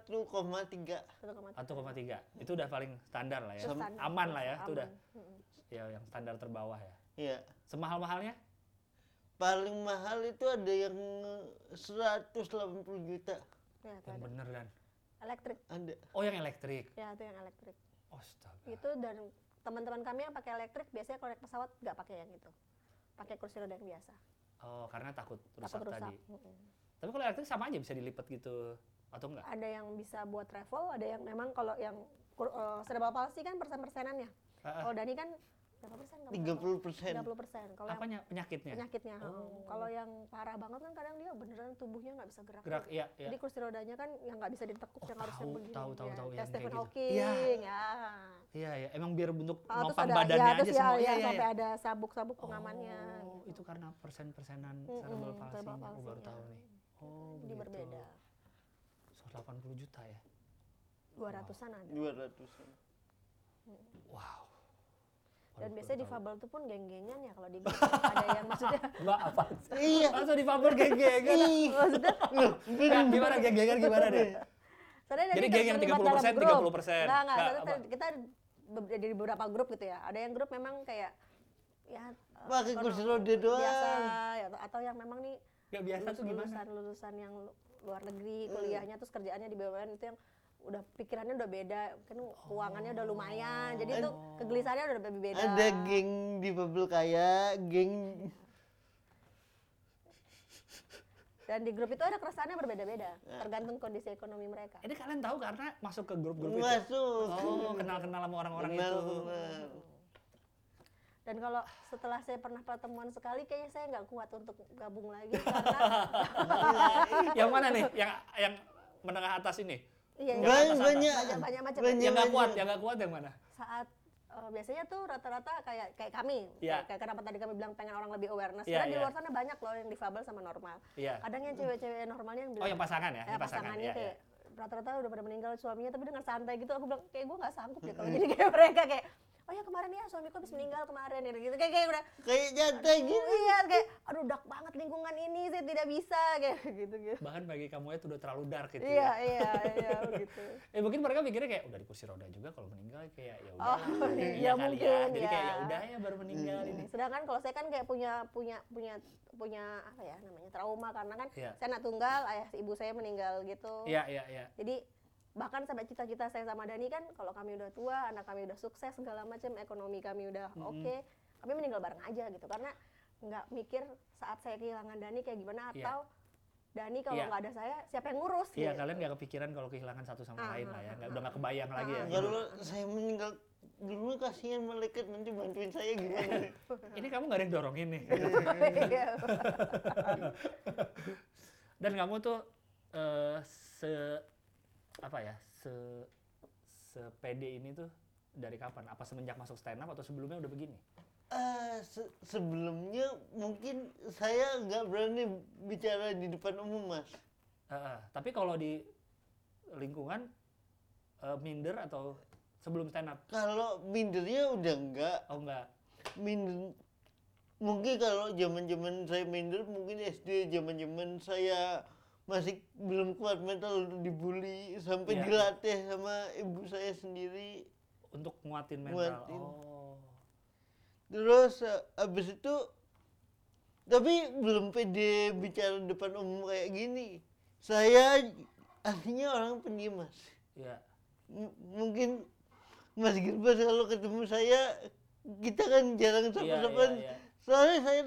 [SPEAKER 2] 1,3.
[SPEAKER 3] 1,3.
[SPEAKER 4] 1,3.
[SPEAKER 2] Itu udah paling standar lah ya.
[SPEAKER 4] Itu standar,
[SPEAKER 2] Aman lah ya, itu udah
[SPEAKER 4] kan, aman. Mm-mm.
[SPEAKER 2] ya yang standar terbawah ya.
[SPEAKER 3] Ya.
[SPEAKER 2] Semahal-mahalnya?
[SPEAKER 3] Paling mahal itu ada yang 180 juta.
[SPEAKER 4] ya, itu
[SPEAKER 2] Yang
[SPEAKER 4] ada.
[SPEAKER 2] bener dan.
[SPEAKER 4] elektrik
[SPEAKER 3] Ada.
[SPEAKER 2] Oh, yang elektrik.
[SPEAKER 4] ya itu yang elektrik
[SPEAKER 2] Astaga.
[SPEAKER 4] itu dan teman-teman kami yang pakai elektrik biasanya kalau naik pesawat nggak pakai yang itu pakai kursi roda yang biasa
[SPEAKER 2] Oh, karena takut rusak,
[SPEAKER 4] takut rusak
[SPEAKER 2] tadi.
[SPEAKER 4] Mm-mm.
[SPEAKER 2] Tapi kalau elektrik sama aja bisa dilipat gitu atau enggak?
[SPEAKER 4] ada yang bisa buat travel ada yang memang kalau yang kur- eh, serba palsi kan persen-persenannya
[SPEAKER 2] Ah, ah.
[SPEAKER 4] kalau Dani kan berapa persen kamu travel?
[SPEAKER 3] 30 persen.
[SPEAKER 4] 30 persen. Kalau yang
[SPEAKER 2] Apanya Oh. penyakitnya?
[SPEAKER 4] penyakitnya, heeh. kalau yang parah banget kan kadang dia beneran tubuhnya nggak bisa gerak.
[SPEAKER 2] Gerak iya iya.
[SPEAKER 4] Jadi kursi rodanya kan yang nggak bisa ditekuk,
[SPEAKER 2] Oh,
[SPEAKER 4] yang harus yang
[SPEAKER 2] tahu,
[SPEAKER 4] begini.
[SPEAKER 2] tahu, tahu,
[SPEAKER 4] ya.
[SPEAKER 2] tahu,
[SPEAKER 4] Kayak
[SPEAKER 2] yang kayak
[SPEAKER 4] Stephen
[SPEAKER 2] gitu.
[SPEAKER 4] Hawking,
[SPEAKER 2] Iya.
[SPEAKER 4] ya.
[SPEAKER 2] Iya iya, emang biar bentuk
[SPEAKER 4] Ah, terus
[SPEAKER 2] nopang
[SPEAKER 4] ada,
[SPEAKER 2] badannya
[SPEAKER 4] ya, terus
[SPEAKER 2] aja
[SPEAKER 4] ya,
[SPEAKER 2] semua.
[SPEAKER 4] ya,
[SPEAKER 2] Iya, iya,
[SPEAKER 4] sampai
[SPEAKER 2] iya.
[SPEAKER 4] ada sabuk-sabuk pengamannya.
[SPEAKER 2] Oh,
[SPEAKER 4] gitu.
[SPEAKER 2] itu karena persen-persenan
[SPEAKER 4] Mm-mm,
[SPEAKER 2] cerebral palsinya.
[SPEAKER 4] cerebral
[SPEAKER 2] Aku baru
[SPEAKER 4] palsinya.
[SPEAKER 2] tahu nih. Oh,
[SPEAKER 4] Jadi
[SPEAKER 2] begitu.
[SPEAKER 4] berbeda.
[SPEAKER 2] 180 juta ya.
[SPEAKER 4] 200-an ada.
[SPEAKER 3] 200.
[SPEAKER 2] Wow. Waduh,
[SPEAKER 4] Dan biasanya
[SPEAKER 2] baru
[SPEAKER 4] di
[SPEAKER 2] tahu.
[SPEAKER 4] Fabel tuh pun geng-gengan ya kalau di ada yang maksudnya
[SPEAKER 2] Mbak apa?
[SPEAKER 3] Iya.
[SPEAKER 2] Langsung di Fabel geng-gengan.
[SPEAKER 4] maksudnya
[SPEAKER 2] Nah, gimana geng-gengan gimana deh?
[SPEAKER 4] Soalnya
[SPEAKER 2] Jadi
[SPEAKER 4] Dani
[SPEAKER 2] geng yang
[SPEAKER 4] terlibat
[SPEAKER 2] 30%,
[SPEAKER 4] dalam
[SPEAKER 2] 30%.
[SPEAKER 4] grup. Nggak, nggak.
[SPEAKER 2] Nggak,
[SPEAKER 4] Soalnya ter-
[SPEAKER 2] apa?
[SPEAKER 4] kita be- dari beberapa grup gitu ya. Ada yang grup memang kayak ya eh,
[SPEAKER 3] Pakai
[SPEAKER 4] kono-
[SPEAKER 3] kursi roda
[SPEAKER 4] Biasa
[SPEAKER 3] doang.
[SPEAKER 4] ya, atau yang memang nih
[SPEAKER 2] Gak biasa tuh gimana?
[SPEAKER 4] lulusan lulusan yang lu- luar negeri
[SPEAKER 3] Hmm.
[SPEAKER 4] kuliahnya terus kerjaannya di BUMN itu yang udah pikirannya udah beda kan keuangannya udah lumayan jadi itu kegelisahannya udah lebih beda
[SPEAKER 3] Oh. Ada geng di Babel Kaya, geng
[SPEAKER 4] dan di grup itu ada keresahannya berbeda-beda
[SPEAKER 3] Ya.
[SPEAKER 4] tergantung kondisi ekonomi mereka
[SPEAKER 2] Ini kalian tahu karena masuk ke grup-grup itu.
[SPEAKER 3] masuk.
[SPEAKER 2] Oh, kenal-kenal sama orang-orang itu.
[SPEAKER 3] Benar.
[SPEAKER 4] dan Dan kalau setelah saya pernah pertemuan sekali, kayaknya saya nggak kuat untuk gabung lagi karena
[SPEAKER 2] yang mana nih? Yang yang menengah atas ini?
[SPEAKER 4] iya, iya,
[SPEAKER 3] banyak
[SPEAKER 2] atas-atas.
[SPEAKER 3] banyak
[SPEAKER 4] Banyak-banyak macam.
[SPEAKER 2] Yang nggak kuat, yang nggak kuat yang mana?
[SPEAKER 4] saat eh, biasanya tuh rata-rata kayak kayak kami,
[SPEAKER 3] Ya.
[SPEAKER 2] Iya.
[SPEAKER 4] kayak kenapa tadi kami bilang pengen orang lebih awareness.
[SPEAKER 2] Iya,
[SPEAKER 4] Karena di
[SPEAKER 2] iya.
[SPEAKER 4] luar sana banyak loh yang difabel sama normal.
[SPEAKER 2] Iya.
[SPEAKER 4] Kadang yang cewek-cewek normalnya yang bilang,
[SPEAKER 2] Oh, yang pasangan ya?
[SPEAKER 4] eh,
[SPEAKER 2] Yang pasangan.
[SPEAKER 4] pasangannya
[SPEAKER 2] Iya, iya.
[SPEAKER 4] kayak rata-rata udah pada meninggal suaminya tapi dengan santai gitu aku bilang kayak gue nggak sanggup deh kalau jadi kayak mereka kayak oh ya kemarin ya suamiku habis meninggal kemarin gitu gitu kayak kayak udah
[SPEAKER 3] kayak nyantai gitu
[SPEAKER 4] "Oh iya kayak aduh dak banget lingkungan ini saya tidak bisa kayak gitu gitu
[SPEAKER 2] Bahkan bagi kamu itu udah terlalu dark gitu.
[SPEAKER 4] iya
[SPEAKER 2] ya.
[SPEAKER 4] iya iya begitu
[SPEAKER 2] Eh mungkin mereka mikirnya kayak udah di kursi roda juga kalau meninggal kayak ya udah.
[SPEAKER 4] Oh, iya
[SPEAKER 2] kali
[SPEAKER 4] mungkin,
[SPEAKER 2] Jadi kayak
[SPEAKER 4] ya.
[SPEAKER 2] ya udah ya baru meninggal ini.
[SPEAKER 4] sedangkan kalau saya kan kayak punya punya punya punya apa ya namanya trauma karena kan
[SPEAKER 2] Iya.
[SPEAKER 4] saya anak tunggal ayah ibu saya meninggal gitu
[SPEAKER 2] Iya, iya, iya.
[SPEAKER 4] Jadi bahkan sampai cita-cita saya sama Dani kan kalau kami udah tua, anak kami udah sukses segala macam, ekonomi kami udah oke, kami meninggal bareng aja gitu karena nggak mikir saat saya kehilangan Dani kayak gimana
[SPEAKER 2] Iya.
[SPEAKER 4] atau Dani kalau
[SPEAKER 2] Iya.
[SPEAKER 4] nggak ada saya siapa yang ngurus
[SPEAKER 2] Iya,
[SPEAKER 4] gitu.
[SPEAKER 2] kalian nggak kepikiran kalau kehilangan satu sama
[SPEAKER 4] Ah,
[SPEAKER 2] lain
[SPEAKER 4] ah,
[SPEAKER 2] lah ya.
[SPEAKER 4] ah,
[SPEAKER 2] Nggak-
[SPEAKER 4] ah.
[SPEAKER 2] udah nggak kebayang lagi ya.
[SPEAKER 4] Ah,
[SPEAKER 2] Gitu.
[SPEAKER 3] kalau saya meninggal dulu kasihan malaikat nanti bantuin saya gimana
[SPEAKER 2] Ini kamu nggak ada yang dorongin nih.
[SPEAKER 4] Iya.
[SPEAKER 2] Dan kamu tuh eh se apa ya? Se sepede ini tuh dari kapan? Apa semenjak masuk stand up atau sebelumnya udah begini?
[SPEAKER 3] Eh, se- sebelumnya mungkin saya nggak berani bicara di depan umum mas
[SPEAKER 2] Eh, eh, tapi kalau di lingkungan eh, minder atau sebelum stand up?
[SPEAKER 3] kalau mindernya udah enggak
[SPEAKER 2] Oh enggak.
[SPEAKER 3] minder mungkin kalau zaman zaman saya minder mungkin SD zaman zaman saya masih belum kuat mental untuk dibully sampai
[SPEAKER 2] Iya.
[SPEAKER 3] dilatih sama ibu saya sendiri
[SPEAKER 2] Untuk nguatin mental.
[SPEAKER 3] Nguatin.
[SPEAKER 2] Oh.
[SPEAKER 3] terus eh, abis itu tapi belum pede bicara depan umum kayak gini saya aslinya orang pendiam mas
[SPEAKER 2] Iya.
[SPEAKER 3] M- mungkin Mas Gilbert kalau ketemu saya kita kan jarang sapa-sapaan
[SPEAKER 2] iya.
[SPEAKER 3] soalnya saya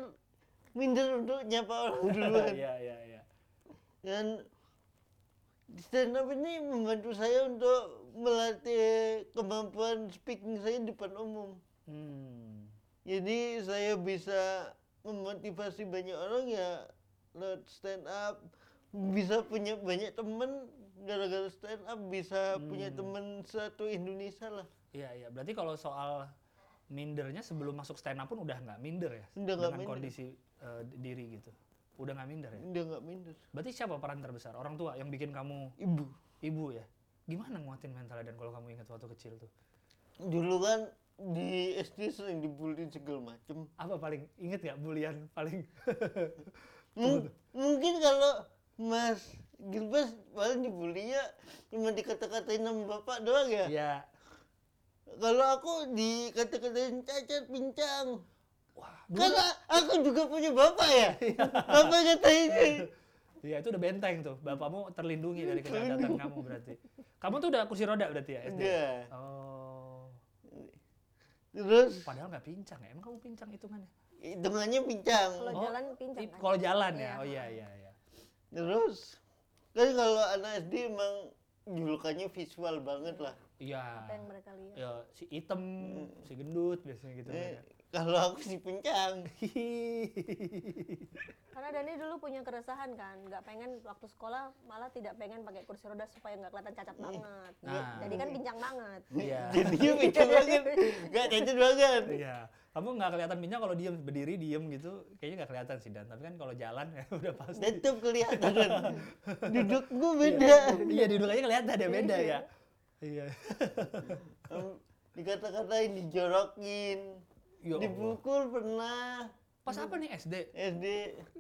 [SPEAKER 3] minder untuk nyapa orang duluan
[SPEAKER 2] Iya, iya, iya.
[SPEAKER 3] dan stand up ini membantu saya untuk melatih kemampuan speaking saya di depan umum
[SPEAKER 2] Hmm.
[SPEAKER 3] jadi saya bisa memotivasi banyak orang ya lewat stand up bisa punya banyak temen gara-gara stand up bisa punya temen satu Indonesia lah
[SPEAKER 2] Iya iya. Berarti kalau soal mindernya sebelum masuk stand up pun udah nggak minder ya
[SPEAKER 3] Udah nggak
[SPEAKER 2] dengan
[SPEAKER 3] minder.
[SPEAKER 2] kondisi eh, di- diri gitu. Udah nggak minder ya.
[SPEAKER 3] udah nggak minder
[SPEAKER 2] Berarti siapa peran terbesar? Orang tua yang bikin kamu
[SPEAKER 3] ibu
[SPEAKER 2] ibu ya. Gimana nguatin mentalnya dan kalau kamu ingat waktu kecil tuh
[SPEAKER 3] dulu kan di SD sering dibully segala macem
[SPEAKER 2] apa paling inget nggak bulian paling
[SPEAKER 3] Mung- mungkin kalau Mas Gilbert paling dibulinya cuma dikata-katain sama bapak doang ya
[SPEAKER 2] ya
[SPEAKER 3] kalau aku dikata-katain cacat pincang
[SPEAKER 2] wah Iya. dulu-
[SPEAKER 3] karena aku juga punya bapak ya bapak katainnya
[SPEAKER 2] Iya itu udah benteng tuh. Bapakmu terlindungi dari kejahatan kamu berarti. Kamu tuh udah kursi roda berarti ya SD?
[SPEAKER 3] Udah.
[SPEAKER 2] Oh.
[SPEAKER 3] terus
[SPEAKER 2] Padahal nggak pincang ya. Emang kamu pincang hitungannya?
[SPEAKER 3] hitungannya pincang
[SPEAKER 4] Kalau
[SPEAKER 2] Oh,
[SPEAKER 4] jalan pincang
[SPEAKER 2] I-
[SPEAKER 4] kan.
[SPEAKER 2] Kalau jalan ya.
[SPEAKER 4] Iya.
[SPEAKER 2] Oh iya iya iya.
[SPEAKER 3] terus kan kalau anak SD emang julukannya visual banget lah
[SPEAKER 2] Iya.
[SPEAKER 4] Apa yang mereka lihat.
[SPEAKER 2] Ya, si item,
[SPEAKER 3] Hmm.
[SPEAKER 2] si gendut biasanya gitu. ya.
[SPEAKER 3] Eh, kalau aku sih pincang
[SPEAKER 4] Karena Dani dulu punya keresahan kan, nggak pengen waktu sekolah malah tidak pengen pakai kursi roda supaya nggak kelihatan cacat banget.
[SPEAKER 2] Nah.
[SPEAKER 4] Jadi kan pincang banget.
[SPEAKER 2] Iya.
[SPEAKER 3] jadinya pincang banget gak cacat banget
[SPEAKER 2] Iya. Kamu nggak kelihatan pincang kalau diem berdiri diem gitu, kayaknya nggak kelihatan sih dan. Tapi kan kalau jalan ya udah pasti.
[SPEAKER 3] tetep kelihatan duduk gue beda
[SPEAKER 2] iya duduknya kelihatan ya beda ya. Iya.
[SPEAKER 3] Em, dikata-katain dijorokin
[SPEAKER 2] Ya Allah.
[SPEAKER 3] dipukul pernah
[SPEAKER 2] Pas apa nih SD?
[SPEAKER 3] SD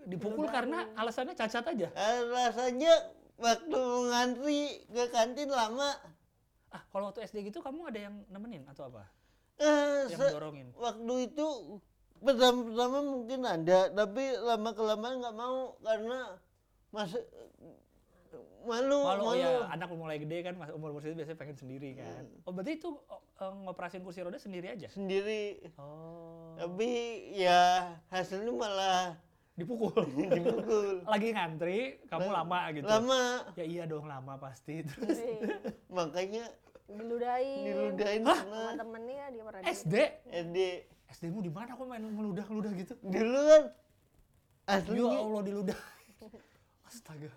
[SPEAKER 2] Dipukul karena alasannya cacat aja.
[SPEAKER 3] Eh, rasanya waktu ngantri ke kantin lama
[SPEAKER 2] Ah, kalau waktu SD gitu kamu ada yang nemenin atau apa?
[SPEAKER 3] eh,
[SPEAKER 2] Yang
[SPEAKER 3] se-
[SPEAKER 2] dorongin.
[SPEAKER 3] waktu itu pertama-tama mungkin ada tapi lama kelamaan nggak mau karena masih malu malu,
[SPEAKER 2] Kalau ya anak mulai gede kan mas umur umur segitu biasanya pengen sendiri kan.
[SPEAKER 3] Hmm.
[SPEAKER 2] Oh berarti itu oh, eh, ngoperasin kursi roda sendiri aja?
[SPEAKER 3] sendiri
[SPEAKER 2] Oh.
[SPEAKER 3] tapi ya hasilnya malah
[SPEAKER 2] Dipukul.
[SPEAKER 3] dipukul
[SPEAKER 2] Lagi ngantri, kamu lama gitu.
[SPEAKER 3] lama
[SPEAKER 2] Ya iya dong lama pasti. Terus
[SPEAKER 4] Iya.
[SPEAKER 3] makanya
[SPEAKER 4] Diludahin.
[SPEAKER 3] diludahin
[SPEAKER 4] sama
[SPEAKER 3] pernah
[SPEAKER 4] temennya dia pernah di-
[SPEAKER 2] SD,
[SPEAKER 3] SD
[SPEAKER 2] SD-mu di mana kok main meludah-ludah gitu?
[SPEAKER 3] Dulu kan
[SPEAKER 2] Ya
[SPEAKER 3] aslinya
[SPEAKER 2] Allah di ludah. Astaga.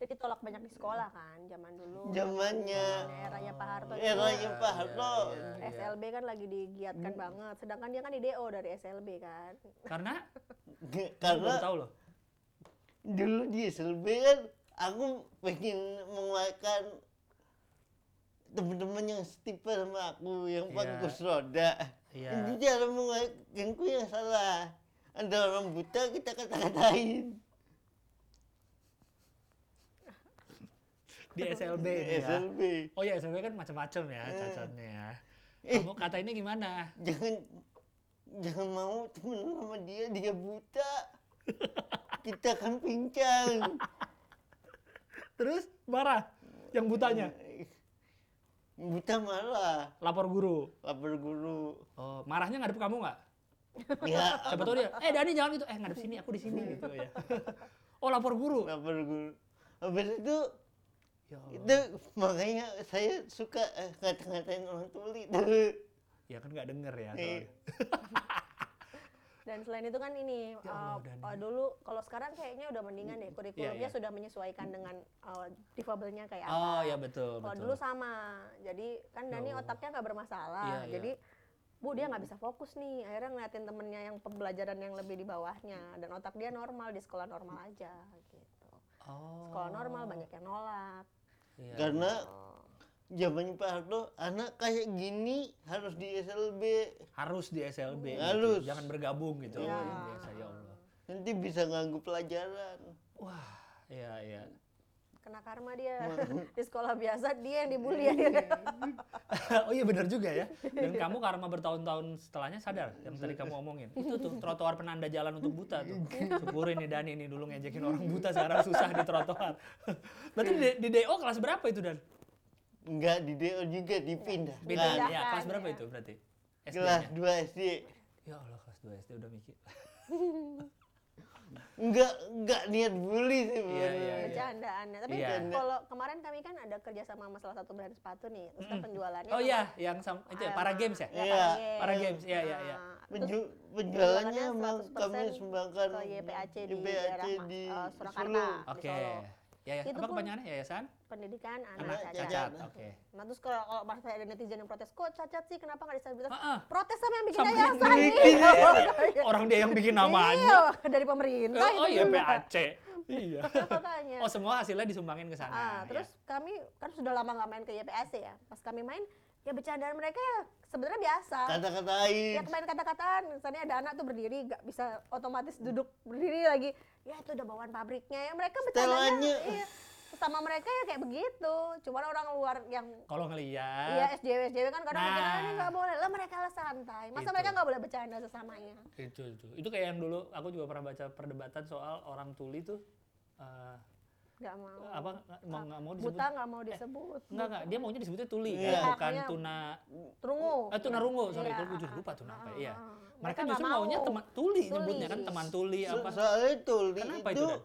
[SPEAKER 4] Jadi tolak banyak di sekolah kan zaman dulu.
[SPEAKER 3] Zamannya.
[SPEAKER 4] Daerahnya Pak Harto.
[SPEAKER 3] Eh,
[SPEAKER 4] juga.
[SPEAKER 3] eranya Pak
[SPEAKER 2] Iya,
[SPEAKER 3] Harto.
[SPEAKER 2] iya, iya.
[SPEAKER 4] SLB kan lagi digiatkan
[SPEAKER 3] Hmm.
[SPEAKER 4] banget, sedangkan dia kan di DO dari SLB kan.
[SPEAKER 2] Karena
[SPEAKER 3] G-
[SPEAKER 2] karena
[SPEAKER 3] karena
[SPEAKER 2] tahu loh.
[SPEAKER 3] dulu di SLB kan aku pengen mengeluarkan teman-teman yang setipe sama aku yang
[SPEAKER 2] Iya.
[SPEAKER 3] pakai kursi roda.
[SPEAKER 2] Iya.
[SPEAKER 3] Jadi cara mengeluarkanku yang salah. Ada orang buta kita kata-katain.
[SPEAKER 2] Di SLB itu ya.
[SPEAKER 3] SLB.
[SPEAKER 2] Oh ya SLB kan macam-macam ya
[SPEAKER 3] Hmm.
[SPEAKER 2] cacatnya ya.
[SPEAKER 3] Eh.
[SPEAKER 2] Kamu kata ini gimana?
[SPEAKER 3] Jangan jangan mau temen sama dia dia buta. kita akan pincang.
[SPEAKER 2] Terus marah yang butanya
[SPEAKER 3] Buta marah.
[SPEAKER 2] lapor guru.
[SPEAKER 3] Lapor guru.
[SPEAKER 2] Oh, marahnya ngadep kamu nggak?
[SPEAKER 3] Ya,
[SPEAKER 2] Siapa tahu dia, eh Dani jangan gitu, eh ngadep sini, aku di sini gitu ya. Oh lapor guru.
[SPEAKER 3] lapor guru. Habis itu
[SPEAKER 2] Ya Allah.
[SPEAKER 3] itu makanya saya suka eh, ngata-ngatain orang tuli tuh
[SPEAKER 2] Ya kan nggak denger ya.
[SPEAKER 3] Iya.
[SPEAKER 2] soalnya.
[SPEAKER 4] Dan selain itu kan ini
[SPEAKER 2] Ya Allah,
[SPEAKER 4] eh,
[SPEAKER 2] Dani.
[SPEAKER 4] eh, dulu kalau sekarang kayaknya udah mendingan deh kurikulumnya
[SPEAKER 2] iya.
[SPEAKER 4] sudah menyesuaikan dengan eh, difabelnya kayak apa.
[SPEAKER 2] Oh ya betul
[SPEAKER 4] Kalau
[SPEAKER 2] betul.
[SPEAKER 4] dulu sama, jadi kan Dani
[SPEAKER 2] Ya Allah.
[SPEAKER 4] otaknya nggak bermasalah,
[SPEAKER 2] Iya, iya.
[SPEAKER 4] jadi bu dia nggak bisa fokus nih, akhirnya ngeliatin temennya yang pembelajaran yang lebih di bawahnya, dan otak dia normal di sekolah normal aja gitu.
[SPEAKER 2] oh.
[SPEAKER 4] Sekolah normal banyak yang nolak.
[SPEAKER 2] Iya.
[SPEAKER 3] karena
[SPEAKER 4] Oh.
[SPEAKER 3] zaman Pak Harto anak kayak gini harus di SLB
[SPEAKER 2] harus di SLB. gitu.
[SPEAKER 3] Harus.
[SPEAKER 2] Jangan bergabung gitu.
[SPEAKER 4] Iya.
[SPEAKER 2] Ya, biasa ya Allah.
[SPEAKER 3] nanti bisa ganggu pelajaran
[SPEAKER 2] Wah, iya iya.
[SPEAKER 4] Kena karma dia di sekolah biasa dia kan yang dibully
[SPEAKER 2] Iya,
[SPEAKER 4] akhirnya.
[SPEAKER 2] oh iya benar juga ya. Dan kamu karma bertahun-tahun setelahnya sadar yang tadi kamu omongin. Itu tuh trotoar penanda jalan untuk buta tuh. Syukurin nih Dani nih dulu ngejekin orang buta sekarang susah di trotoar. Berarti di, di DO kelas berapa itu Dan?
[SPEAKER 3] nggak di DO juga dipindahkan
[SPEAKER 2] Beda
[SPEAKER 4] Nah,
[SPEAKER 2] ya, kelas berapa
[SPEAKER 4] ya.
[SPEAKER 2] itu berarti? SD
[SPEAKER 3] kelas
[SPEAKER 2] -nya?
[SPEAKER 3] 2 SD
[SPEAKER 2] Ya Allah kelas 2 SD udah mikir.
[SPEAKER 3] nggak nggak niat bully sih
[SPEAKER 2] Iya, iya, iya.
[SPEAKER 4] Bercandaannya. Tapi
[SPEAKER 2] Iya.
[SPEAKER 4] kalau kemarin kami kan ada kerja sama sama salah satu brand sepatu nih, terus kan penjualannya.
[SPEAKER 2] Oh
[SPEAKER 4] sama-
[SPEAKER 2] iya, yang sama itu ya,
[SPEAKER 4] sama-
[SPEAKER 2] para games ya?
[SPEAKER 4] Iya,
[SPEAKER 3] Iya,
[SPEAKER 2] Para games, iya iya iya.
[SPEAKER 4] Nah, terus
[SPEAKER 3] Penju- penjualannya
[SPEAKER 4] penjualannya
[SPEAKER 3] emang kami
[SPEAKER 4] 100%
[SPEAKER 3] sumbangkan
[SPEAKER 4] ke YPAC di
[SPEAKER 3] YPAC
[SPEAKER 4] daerah Ma-
[SPEAKER 3] di
[SPEAKER 4] eh, Surakarta.
[SPEAKER 3] Solo.
[SPEAKER 2] Oke.
[SPEAKER 4] Di Solo.
[SPEAKER 2] Ya, ya.
[SPEAKER 4] Itu
[SPEAKER 2] Apa
[SPEAKER 4] pun-
[SPEAKER 2] kepanjangannya yayasan?
[SPEAKER 4] pendidikan
[SPEAKER 3] Anak
[SPEAKER 4] anak
[SPEAKER 3] cacat.
[SPEAKER 4] Iya, cacat.
[SPEAKER 2] Oke.
[SPEAKER 4] Nah terus kalau kalau masih ada netizen yang protes, kok cacat sih kenapa nggak disabilitas?
[SPEAKER 2] Ah, ah.
[SPEAKER 4] Protes sama yang bikin
[SPEAKER 2] Sama yang
[SPEAKER 4] yayasan nih.
[SPEAKER 3] bikin
[SPEAKER 2] Eh, Orang dia yang bikin
[SPEAKER 4] Iya,
[SPEAKER 2] namanya.
[SPEAKER 4] dari pemerintah gitu.
[SPEAKER 2] oh
[SPEAKER 4] itu
[SPEAKER 2] iya
[SPEAKER 4] juga.
[SPEAKER 2] PAC. Iya.
[SPEAKER 4] Makanya.
[SPEAKER 2] Oh semua hasilnya disumbangin ke sana.
[SPEAKER 4] Ah,
[SPEAKER 2] ya.
[SPEAKER 4] terus kami kan sudah lama nggak main ke YPAC ya. Pas kami main, ya bercandaan mereka ya sebenarnya biasa.
[SPEAKER 3] kata-katain
[SPEAKER 4] Ya main kata-kataan, misalnya ada anak tuh berdiri nggak bisa otomatis duduk berdiri lagi. Ya itu udah bawaan pabriknya. Ya mereka bercandanya
[SPEAKER 3] Setelannya.
[SPEAKER 4] iya. sama mereka ya kayak begitu. Cuman orang luar yang
[SPEAKER 2] kalau ngelihat
[SPEAKER 4] Iya SJW SJW kan kadang
[SPEAKER 2] Nah. Gitu.
[SPEAKER 4] mikir "Ah, ini nggak boleh lah mereka lah santai. Masa
[SPEAKER 2] Itu.
[SPEAKER 4] mereka nggak boleh bercanda sesamanya?
[SPEAKER 2] itu itu itu kayak yang dulu aku juga pernah baca perdebatan soal orang tuli tuh eh,
[SPEAKER 4] Nggak mau.
[SPEAKER 2] apa nggak- Ah, mau nggak mau disebut Eh,
[SPEAKER 4] Buta nggak mau disebut.
[SPEAKER 2] nggak nggak dia maunya disebutnya tuli kan?
[SPEAKER 3] Iya.
[SPEAKER 2] bukan
[SPEAKER 4] Haknya-
[SPEAKER 2] tuna
[SPEAKER 4] Tungu.
[SPEAKER 2] eh, tunarungu sorry
[SPEAKER 4] Iya,
[SPEAKER 2] aku
[SPEAKER 4] ah,
[SPEAKER 2] juga
[SPEAKER 4] ah,
[SPEAKER 2] lupa tuna apa
[SPEAKER 4] ah,
[SPEAKER 2] iya
[SPEAKER 4] ah.
[SPEAKER 2] mereka,
[SPEAKER 4] nggak
[SPEAKER 2] justru
[SPEAKER 4] mau.
[SPEAKER 2] maunya teman tuli,
[SPEAKER 4] Tuli.
[SPEAKER 2] nyebutnya kan teman tuli
[SPEAKER 3] So-
[SPEAKER 2] apa
[SPEAKER 3] soalnya tuli
[SPEAKER 2] kenapa itu,
[SPEAKER 3] itu
[SPEAKER 2] Dan?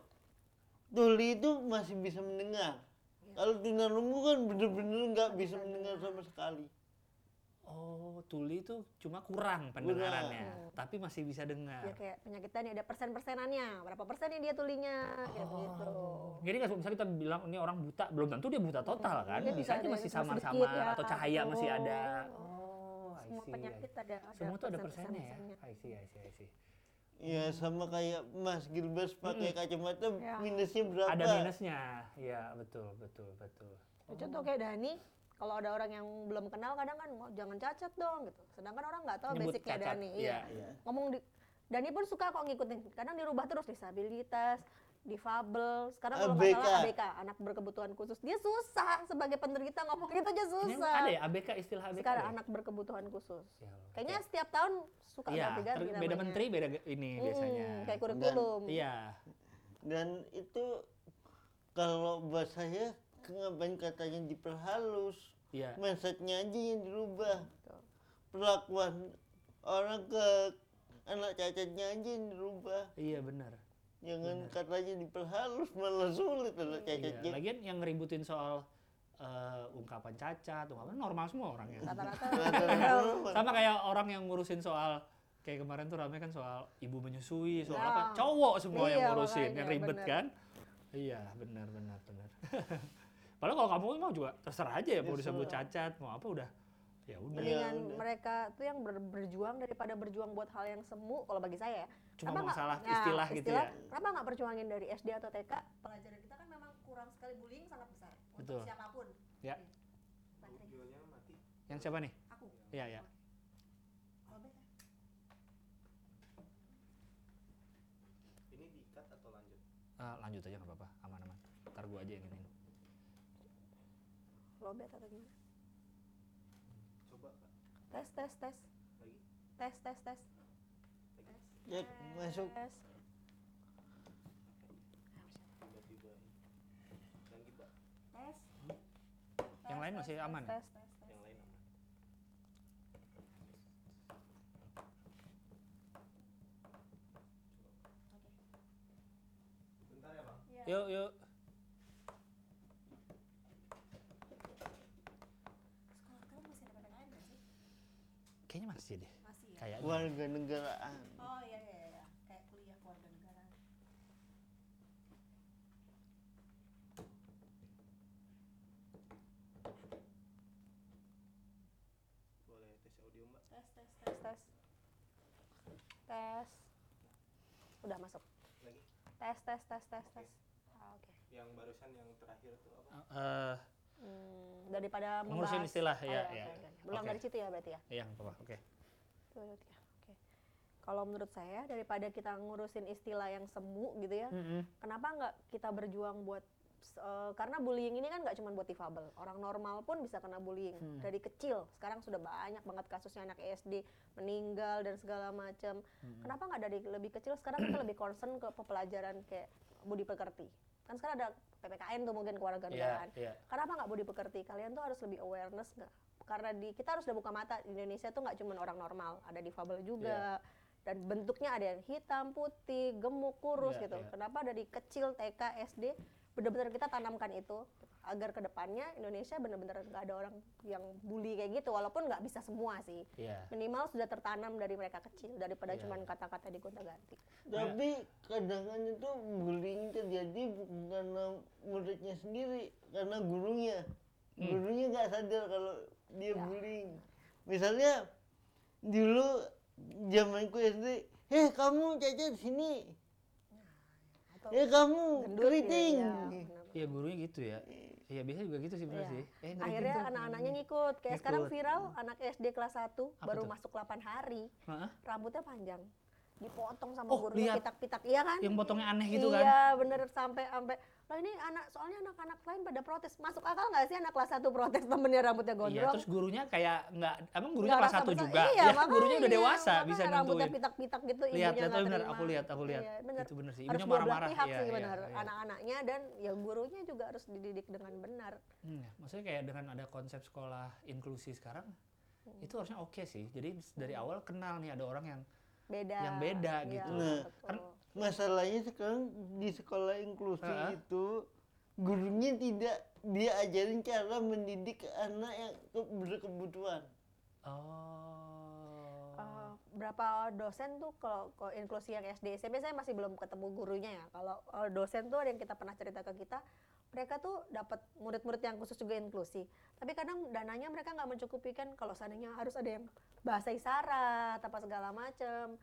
[SPEAKER 3] tuli itu masih bisa mendengar. Kalau tunarungu kan bener-bener nggak bisa mendengar sama sekali.
[SPEAKER 2] oh tuli itu cuma kurang pendengarannya tapi masih bisa dengar
[SPEAKER 4] Ya kayak penyakitan ya ada persen-persenannya. Berapa persen yang dia tulinya kayak
[SPEAKER 2] Oh,
[SPEAKER 4] gitu.
[SPEAKER 2] Jadi nggak misalnya kita bilang ini orang buta, belum tentu dia buta total kan?
[SPEAKER 4] Iya,
[SPEAKER 2] Bisa aja
[SPEAKER 4] ada
[SPEAKER 2] masih
[SPEAKER 4] yang cuma
[SPEAKER 2] samar-samar
[SPEAKER 4] sedikit ya.
[SPEAKER 2] atau cahaya masih ada.
[SPEAKER 4] Oh.
[SPEAKER 2] Oh, I
[SPEAKER 4] Semua
[SPEAKER 2] see, I
[SPEAKER 4] penyakit
[SPEAKER 2] see.
[SPEAKER 4] ada ada
[SPEAKER 2] Semua tuh ada
[SPEAKER 4] persen-
[SPEAKER 2] persennya ya.
[SPEAKER 4] persen-persennya.
[SPEAKER 2] I see, I see, I see.
[SPEAKER 3] Ya sama kayak Mas Gilbert pakai kacamata
[SPEAKER 4] Ya.
[SPEAKER 3] minusnya berapa?
[SPEAKER 2] Ada minusnya. Iya, betul, betul, betul.
[SPEAKER 4] Contoh kayak Dani, kalau ada orang yang belum kenal kadang kan "Wah, jangan cacat dong gitu. Sedangkan orang nggak tahu
[SPEAKER 2] Nyebut
[SPEAKER 4] basicnya
[SPEAKER 2] cacat,
[SPEAKER 4] Dani.
[SPEAKER 2] iya,
[SPEAKER 4] Iya.
[SPEAKER 2] iya.
[SPEAKER 4] Ngomong di Dani pun suka kok ngikutin. Kadang dirubah terus disabilitas, difabel. Sekarang kalau nggak salah
[SPEAKER 3] ABK.
[SPEAKER 4] ABK, anak berkebutuhan khusus. Dia susah sebagai penderita ngomong gitu aja
[SPEAKER 2] Ini
[SPEAKER 4] susah.
[SPEAKER 2] emang ada ya ABK istilah ABK.
[SPEAKER 4] Sekarang
[SPEAKER 2] ya?
[SPEAKER 4] anak berkebutuhan khusus.
[SPEAKER 2] Ya Allah.
[SPEAKER 4] Kayaknya setiap tahun suka
[SPEAKER 2] Iya,
[SPEAKER 4] ganti-ganti
[SPEAKER 2] ter- beda
[SPEAKER 4] gitu namanya.
[SPEAKER 2] menteri beda ge- ini
[SPEAKER 4] Mm-mm,
[SPEAKER 2] biasanya.
[SPEAKER 4] Kayak kurikulum.
[SPEAKER 2] Iya.
[SPEAKER 3] Dan itu kalau buat saya ngapain katanya diperhalus,
[SPEAKER 2] Iya.
[SPEAKER 3] mindsetnya aja yang dirubah.
[SPEAKER 4] Gitu.
[SPEAKER 3] Perlakuan orang ke anak cacatnya aja yang dirubah.
[SPEAKER 2] Iya benar.
[SPEAKER 3] Jangan katanya diperhalus malah sulit gitu. anak
[SPEAKER 2] Iya.
[SPEAKER 3] cacatnya.
[SPEAKER 2] Lagian yang ngeributin soal eh, ungkapan cacat, ungkapan normal semua orangnya.
[SPEAKER 4] rata-rata
[SPEAKER 2] Iya, Sama kayak orang yang ngurusin soal kayak kemarin tuh rame kan soal ibu menyusui, soal
[SPEAKER 4] Nah.
[SPEAKER 2] apa cowok semua yang
[SPEAKER 4] Iya,
[SPEAKER 2] ngurusin,
[SPEAKER 4] makanya,
[SPEAKER 2] yang ribet
[SPEAKER 4] bener.
[SPEAKER 2] kan? Iya, benar benar benar. Padahal kalau kamu mau juga terserah aja ya mau
[SPEAKER 3] Terserah.
[SPEAKER 2] disebut cacat, mau apa udah. Ya udah,
[SPEAKER 3] Iya.
[SPEAKER 4] mendingan
[SPEAKER 3] udah.
[SPEAKER 4] mereka tuh yang ber- berjuang daripada berjuang buat hal yang semu kalau bagi saya ya.
[SPEAKER 2] cuma
[SPEAKER 4] Kenapa nggak-
[SPEAKER 2] masalah
[SPEAKER 4] ya,
[SPEAKER 2] istilah gitu ya.
[SPEAKER 4] Kenapa nggak perjuangin dari SD atau TK? Pelajaran kita kan memang kurang sekali bullying sangat besar
[SPEAKER 2] Betul.
[SPEAKER 4] untuk siapapun.
[SPEAKER 2] Ya.
[SPEAKER 4] Patrick,
[SPEAKER 1] Audionya mati.
[SPEAKER 2] Yang siapa nih?
[SPEAKER 4] aku.
[SPEAKER 2] Iya, ya.
[SPEAKER 4] Robert, ya?
[SPEAKER 1] Ini diikat atau lanjut?
[SPEAKER 2] Eh, lanjut aja nggak apa-apa, aman-aman. Ntar gua aja yang ini.
[SPEAKER 4] Robert atau gimana?
[SPEAKER 1] Coba Kak.
[SPEAKER 4] Tes, tes, tes.
[SPEAKER 1] Lagi. Ya,
[SPEAKER 4] Tes, tes, tes.
[SPEAKER 1] Lagi.
[SPEAKER 3] Cek, masuk.
[SPEAKER 4] Tes.
[SPEAKER 1] Tiba-tiba. ini. Yang kita.
[SPEAKER 4] Tes.
[SPEAKER 2] Yang lain masih aman ya?
[SPEAKER 4] Tes, tes, tes.
[SPEAKER 1] Yang lain aman. Bentar ya bang.
[SPEAKER 4] Iya.
[SPEAKER 2] Yuk, yuk.
[SPEAKER 4] Sekolah kamu masih ada PPKM nggak sih?
[SPEAKER 2] Kayaknya masih deh,
[SPEAKER 4] Masih ya?
[SPEAKER 2] kayaknya.
[SPEAKER 3] warga negaraan
[SPEAKER 4] Oh iya iya iya. Kayak kuliah keluarga negara.
[SPEAKER 1] Boleh tes audio mbak.
[SPEAKER 4] Tes, tes, tes, tes. Tes. Udah masuk.
[SPEAKER 1] Lagi.
[SPEAKER 4] Tes, tes, tes, tes, tes. Ah, Oke.
[SPEAKER 1] Yang barusan yang terakhir tuh apa?
[SPEAKER 2] Eh,
[SPEAKER 4] Hmm, daripada
[SPEAKER 2] Ngurusin
[SPEAKER 4] membahas-
[SPEAKER 2] istilah,
[SPEAKER 4] Oh,
[SPEAKER 2] iya,
[SPEAKER 4] oke,
[SPEAKER 2] iya.
[SPEAKER 4] oke. Berulang
[SPEAKER 2] Oke.
[SPEAKER 4] dari situ ya berarti ya.
[SPEAKER 2] iya, nggak apa-apa. Oke.
[SPEAKER 4] Dua, dua, tiga. ya, Oke. Kalau menurut saya daripada kita ngurusin istilah yang semu gitu ya,
[SPEAKER 2] Mm-mm.
[SPEAKER 4] kenapa nggak kita berjuang buat s- eh, karena bullying ini kan nggak cuma buat difabel, orang normal pun bisa kena bullying
[SPEAKER 2] Hmm.
[SPEAKER 4] dari kecil. Sekarang sudah banyak banget kasusnya anak SD meninggal dan segala macam.
[SPEAKER 2] Hmm.
[SPEAKER 4] Kenapa nggak dari lebih kecil? Sekarang kita lebih concern ke pelajaran kayak budi pekerti. Kan sekarang ada ppkn tuh mungkin keluarga
[SPEAKER 2] Iya,
[SPEAKER 4] negaraan.
[SPEAKER 2] iya.
[SPEAKER 4] Kenapa nggak budi pekerti? Kalian tuh harus lebih awareness nggak? Karena di kita harus udah buka mata di Indonesia tuh nggak cuma orang normal, ada difabel juga.
[SPEAKER 2] Iya.
[SPEAKER 4] Dan bentuknya ada yang hitam, putih, gemuk, kurus
[SPEAKER 2] Iya,
[SPEAKER 4] gitu.
[SPEAKER 2] iya.
[SPEAKER 4] Kenapa dari kecil TK, SD benar-benar kita tanamkan itu agar kedepannya Indonesia benar-benar nggak ada orang yang bully kayak gitu, walaupun nggak bisa semua sih.
[SPEAKER 2] Iya.
[SPEAKER 4] Minimal sudah tertanam dari mereka kecil daripada
[SPEAKER 2] Iya.
[SPEAKER 4] cuman kata-kata digonta-ganti.
[SPEAKER 3] tapi kadang-kadang itu bullying terjadi bukan karena muridnya sendiri karena gurunya
[SPEAKER 2] Mm.
[SPEAKER 3] gurunya nggak sadar kalau dia
[SPEAKER 4] Ya.
[SPEAKER 3] bullying misalnya dulu zamanku SD eh kamu cacat sini
[SPEAKER 4] Nah, ya. Atau
[SPEAKER 3] eh kamu
[SPEAKER 4] gendut gitu
[SPEAKER 3] keriting
[SPEAKER 4] ya, kenapa.
[SPEAKER 2] Iya gurunya gitu ya. Iya biasanya juga gitu sih benar
[SPEAKER 4] Iya.
[SPEAKER 2] sih. Eh, ngeri
[SPEAKER 4] Akhirnya
[SPEAKER 2] gitu.
[SPEAKER 4] anak-anaknya ngikut. Kayak sekarang
[SPEAKER 2] Ngikut.
[SPEAKER 4] viral anak SD kelas 1 baru
[SPEAKER 2] tuh?
[SPEAKER 4] masuk 8 hari,
[SPEAKER 2] Heeh.
[SPEAKER 4] rambutnya panjang. Dipotong sama
[SPEAKER 2] Oh,
[SPEAKER 4] gurunya
[SPEAKER 2] lihat.
[SPEAKER 4] pitak-pitak, iya kan?
[SPEAKER 2] Yang potongnya aneh gitu
[SPEAKER 4] iya,
[SPEAKER 2] kan.
[SPEAKER 4] bener sampai sampai lah ini anak soalnya anak-anak lain pada protes. Masuk akal nggak sih anak kelas 1 protes temennya rambutnya
[SPEAKER 2] Iya,
[SPEAKER 4] gondrong?
[SPEAKER 2] terus gurunya kayak nggak emang gurunya
[SPEAKER 4] Nggak
[SPEAKER 2] kelas
[SPEAKER 4] rasa
[SPEAKER 2] satu
[SPEAKER 4] bersa-
[SPEAKER 2] juga.
[SPEAKER 4] Iya,
[SPEAKER 2] ya,
[SPEAKER 4] makanya,
[SPEAKER 2] gurunya udah dewasa
[SPEAKER 4] makanya
[SPEAKER 2] bisa
[SPEAKER 4] Rambutnya
[SPEAKER 2] nentuin.
[SPEAKER 4] pitak-pitak gitu,
[SPEAKER 2] Lihat,
[SPEAKER 4] ibunya
[SPEAKER 2] lihat
[SPEAKER 4] nggak
[SPEAKER 2] benar,
[SPEAKER 4] terima.
[SPEAKER 2] aku lihat, aku lihat.
[SPEAKER 4] Iya, bener.
[SPEAKER 2] Itu bener sih.
[SPEAKER 4] harus
[SPEAKER 2] Ibunya
[SPEAKER 4] dua belah
[SPEAKER 2] marah-marah.
[SPEAKER 4] pihak
[SPEAKER 2] Iya,
[SPEAKER 4] sih
[SPEAKER 2] iya,
[SPEAKER 4] benar.
[SPEAKER 2] iya.
[SPEAKER 4] Anak-anaknya dan ya gurunya juga harus dididik dengan benar.
[SPEAKER 2] Hmm, ya. maksudnya kayak dengan ada konsep sekolah inklusi sekarang itu harusnya oke sih. Jadi dari
[SPEAKER 4] Hmm.
[SPEAKER 2] awal kenal nih ada orang yang
[SPEAKER 4] Beda.
[SPEAKER 2] Yang beda
[SPEAKER 4] Iya,
[SPEAKER 2] gitu.
[SPEAKER 3] Nah,
[SPEAKER 2] kan
[SPEAKER 4] betul.
[SPEAKER 3] masalahnya sekarang di sekolah inklusi
[SPEAKER 2] Ah.
[SPEAKER 3] itu gurunya tidak dia ajarin cara mendidik anak yang ke- berkebutuhan
[SPEAKER 2] oh.
[SPEAKER 4] Eh, berapa dosen tuh kalau kalau inklusi yang SD SMP saya masih belum ketemu gurunya ya kalau eh, dosen tuh ada yang kita pernah cerita ke kita mereka tuh dapat murid-murid yang khusus juga inklusi tapi kadang dananya mereka nggak mencukupi kan kalau seandainya harus ada yang bahasa isyarat apa segala macem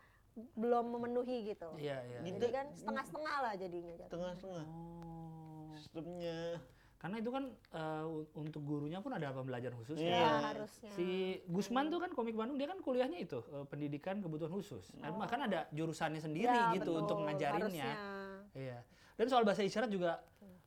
[SPEAKER 4] belum memenuhi gitu
[SPEAKER 2] Iya, iya.
[SPEAKER 3] Gitu.
[SPEAKER 4] jadi kan setengah-setengah lah jadinya jatuh.
[SPEAKER 3] tengah-tengah
[SPEAKER 2] Oh.
[SPEAKER 3] sistemnya
[SPEAKER 2] Karena itu kan eh, un- untuk gurunya pun ada pembelajaran khusus
[SPEAKER 3] Iya.
[SPEAKER 4] Ya,
[SPEAKER 2] ya.
[SPEAKER 4] harusnya
[SPEAKER 2] Si Gusman tuh kan komik Bandung dia kan kuliahnya itu eh, pendidikan kebutuhan khusus. Nah, Bahkan ada jurusannya sendiri
[SPEAKER 4] Oh. Ya,
[SPEAKER 2] gitu untuk
[SPEAKER 4] betul,
[SPEAKER 2] ngajarinnya.
[SPEAKER 4] harusnya.
[SPEAKER 2] Iya. Dan soal bahasa isyarat juga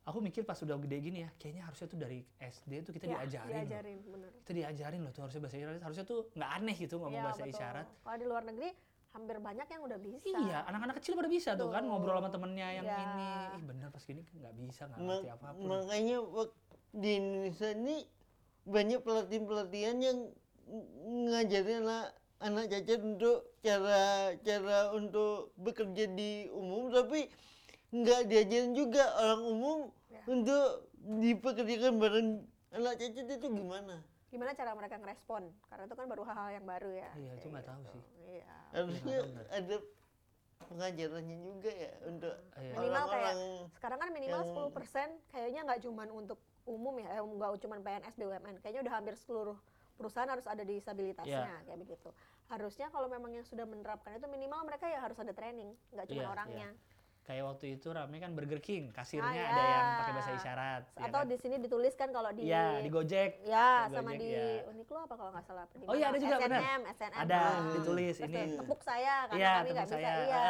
[SPEAKER 2] aku mikir pas udah gede gini ya, kayaknya harusnya tuh dari SD tuh kita
[SPEAKER 4] Ya,
[SPEAKER 2] diajarin. loh.
[SPEAKER 4] diajarin bener
[SPEAKER 2] Kita diajarin loh tuh harusnya bahasa isyarat. Harusnya tuh nggak aneh gitu ngomong
[SPEAKER 4] Iya,
[SPEAKER 2] bahasa
[SPEAKER 4] betul.
[SPEAKER 2] isyarat.
[SPEAKER 4] kalau di luar negeri hampir banyak yang udah bisa
[SPEAKER 2] Iya, anak-anak kecil pada bisa tuh kan
[SPEAKER 4] Betul.
[SPEAKER 2] ngobrol sama temennya yang
[SPEAKER 4] Iya.
[SPEAKER 2] ini. Ih bener pas gini nggak bisa nggak
[SPEAKER 3] Ma-
[SPEAKER 2] ngerti apapun.
[SPEAKER 3] makanya wak- di Indonesia ini banyak pelatihan-pelatihan yang ng- ngajarin lah anak cacat untuk cara cara untuk bekerja di umum tapi nggak diajarin juga orang umum
[SPEAKER 4] Ya.
[SPEAKER 3] untuk dipekerjakan bareng anak cicit itu gimana?
[SPEAKER 4] Gimana cara mereka ngerespon? Karena itu kan baru hal-hal yang baru ya.
[SPEAKER 2] Iya, itu
[SPEAKER 4] kayak
[SPEAKER 2] nggak tahu sih.
[SPEAKER 4] Iya.
[SPEAKER 3] Harusnya
[SPEAKER 2] Iya, benar.
[SPEAKER 3] ada pengajarannya juga ya untuk
[SPEAKER 2] Iya.
[SPEAKER 4] Minimal kayak-
[SPEAKER 3] orang-orang
[SPEAKER 4] Sekarang kan minimal
[SPEAKER 3] Yang-
[SPEAKER 4] 10% kayaknya nggak cuman untuk umum ya, eh, nggak cuman PNS BUMN. Kayaknya udah hampir seluruh perusahaan harus ada disabilitasnya
[SPEAKER 2] Iya.
[SPEAKER 4] kayak begitu. Harusnya kalau memang yang sudah menerapkan itu minimal mereka ya harus ada training, nggak cuma
[SPEAKER 2] Iya,
[SPEAKER 4] orangnya.
[SPEAKER 2] Kayak waktu itu rame kan Burger King, kasirnya
[SPEAKER 4] Ah,
[SPEAKER 2] ada
[SPEAKER 4] iya.
[SPEAKER 2] yang pakai bahasa isyarat. ya
[SPEAKER 4] Atau
[SPEAKER 2] kan?
[SPEAKER 4] di sini dituliskan kalau di
[SPEAKER 2] Iya, di Gojek.
[SPEAKER 4] Ya,
[SPEAKER 2] Di
[SPEAKER 4] sama
[SPEAKER 2] Gojek,
[SPEAKER 4] di
[SPEAKER 2] ya.
[SPEAKER 4] Uniqlo apa kalau nggak salah. Di
[SPEAKER 2] Oh iya, ada
[SPEAKER 4] mana?
[SPEAKER 2] juga, benar.
[SPEAKER 4] SNM, SNM.
[SPEAKER 2] Ada,
[SPEAKER 4] Ah.
[SPEAKER 2] ditulis,
[SPEAKER 4] Terus
[SPEAKER 2] ini.
[SPEAKER 4] tuh, tepuk saya karena
[SPEAKER 2] Iya,
[SPEAKER 4] kami nggak
[SPEAKER 2] tepuk
[SPEAKER 4] bisa.
[SPEAKER 2] saya.
[SPEAKER 4] Iya,
[SPEAKER 2] Ah,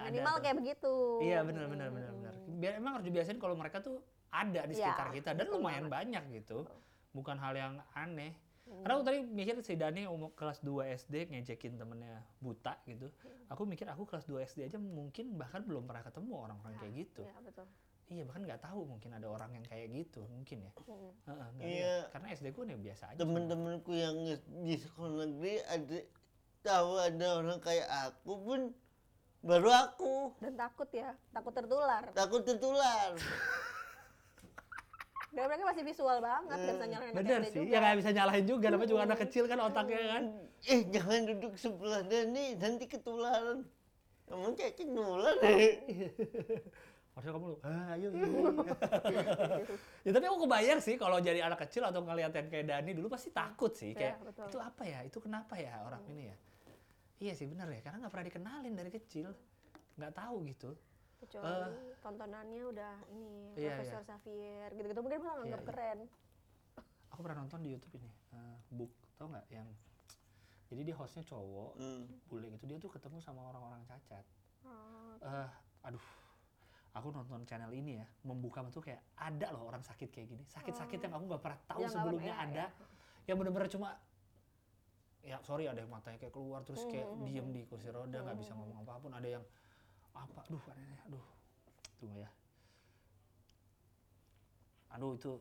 [SPEAKER 2] ada
[SPEAKER 4] minimal
[SPEAKER 2] tuh.
[SPEAKER 4] kayak begitu.
[SPEAKER 2] Iya benar benar benar
[SPEAKER 4] Mm.
[SPEAKER 2] benar. Biar emang harus dibiasain kalau mereka tuh ada di
[SPEAKER 4] Iya,
[SPEAKER 2] sekitar kita dan
[SPEAKER 4] betul Hmm.
[SPEAKER 2] lumayan banyak gitu. Bukan hal yang aneh. Karena aku tadi mikir si Dani umur kelas 2 SD ngejekin temennya buta gitu.
[SPEAKER 4] Hmm.
[SPEAKER 2] Aku mikir aku kelas 2 SD aja mungkin bahkan belum pernah ketemu orang-orang kayak gitu.
[SPEAKER 4] Iya, betul.
[SPEAKER 2] Iya bahkan nggak tahu mungkin ada orang yang kayak gitu mungkin ya.
[SPEAKER 4] Mm.
[SPEAKER 2] Heeh, nggak
[SPEAKER 3] Iya.
[SPEAKER 2] lihat. Karena SD ku nih biasa aja.
[SPEAKER 3] temen-temenku yang di sekolah negeri ada tahu ada orang kayak aku pun baru aku
[SPEAKER 4] Dan takut ya, takut tertular.
[SPEAKER 3] takut tertular.
[SPEAKER 4] Dan mereka masih visual banget, nggak bisa nyalain anak
[SPEAKER 2] Bener
[SPEAKER 4] SD
[SPEAKER 2] Hmm. sih,
[SPEAKER 4] juga. Hmm.
[SPEAKER 2] ya nggak bisa nyalahin juga, namanya juga anak kecil kan otaknya kan.
[SPEAKER 3] eh jangan duduk sebelah Dani nanti ketularan. Kamu kayak kenular deh.
[SPEAKER 2] Harusnya kamu lu, "Ah, ayo. ya tapi aku kebayang sih kalau jadi anak kecil atau ngeliatin kayak Dani dulu pasti takut sih. Kayak
[SPEAKER 4] Iya, betul. Hmm.
[SPEAKER 2] itu apa ya, itu kenapa ya orang ini ya. Iya sih bener ya, karena nggak pernah dikenalin dari kecil. Nggak tahu gitu.
[SPEAKER 4] Kecuali tontonannya udah
[SPEAKER 2] Ah.
[SPEAKER 4] ini,
[SPEAKER 2] Iya,
[SPEAKER 4] Profesor Xavier, gitu-gitu. Mungkin malah nganggap
[SPEAKER 2] iya.
[SPEAKER 4] keren.
[SPEAKER 2] Aku pernah nonton di Youtube ini, eh, Book, tau nggak yang... Jadi dia hostnya cowok,
[SPEAKER 3] Hmm.
[SPEAKER 2] bule gitu, dia tuh ketemu sama orang-orang cacat.
[SPEAKER 4] Oh,
[SPEAKER 2] Eh, aduh, aku nonton channel ini ya, membuka tuh kayak ada loh orang sakit kayak gini. Sakit-sakit yang aku nggak pernah tahu
[SPEAKER 4] yang Oh. nggak
[SPEAKER 2] sebelumnya
[SPEAKER 4] pernah-
[SPEAKER 2] ada.
[SPEAKER 4] iya,
[SPEAKER 2] yang bener-bener cuma ya sorry ada yang matanya kayak keluar terus kayak
[SPEAKER 4] Mhm.
[SPEAKER 2] diem di kursi roda nggak bisa ngomong apapun ada yang apa aduh aneh aduh tunggu ya aduh itu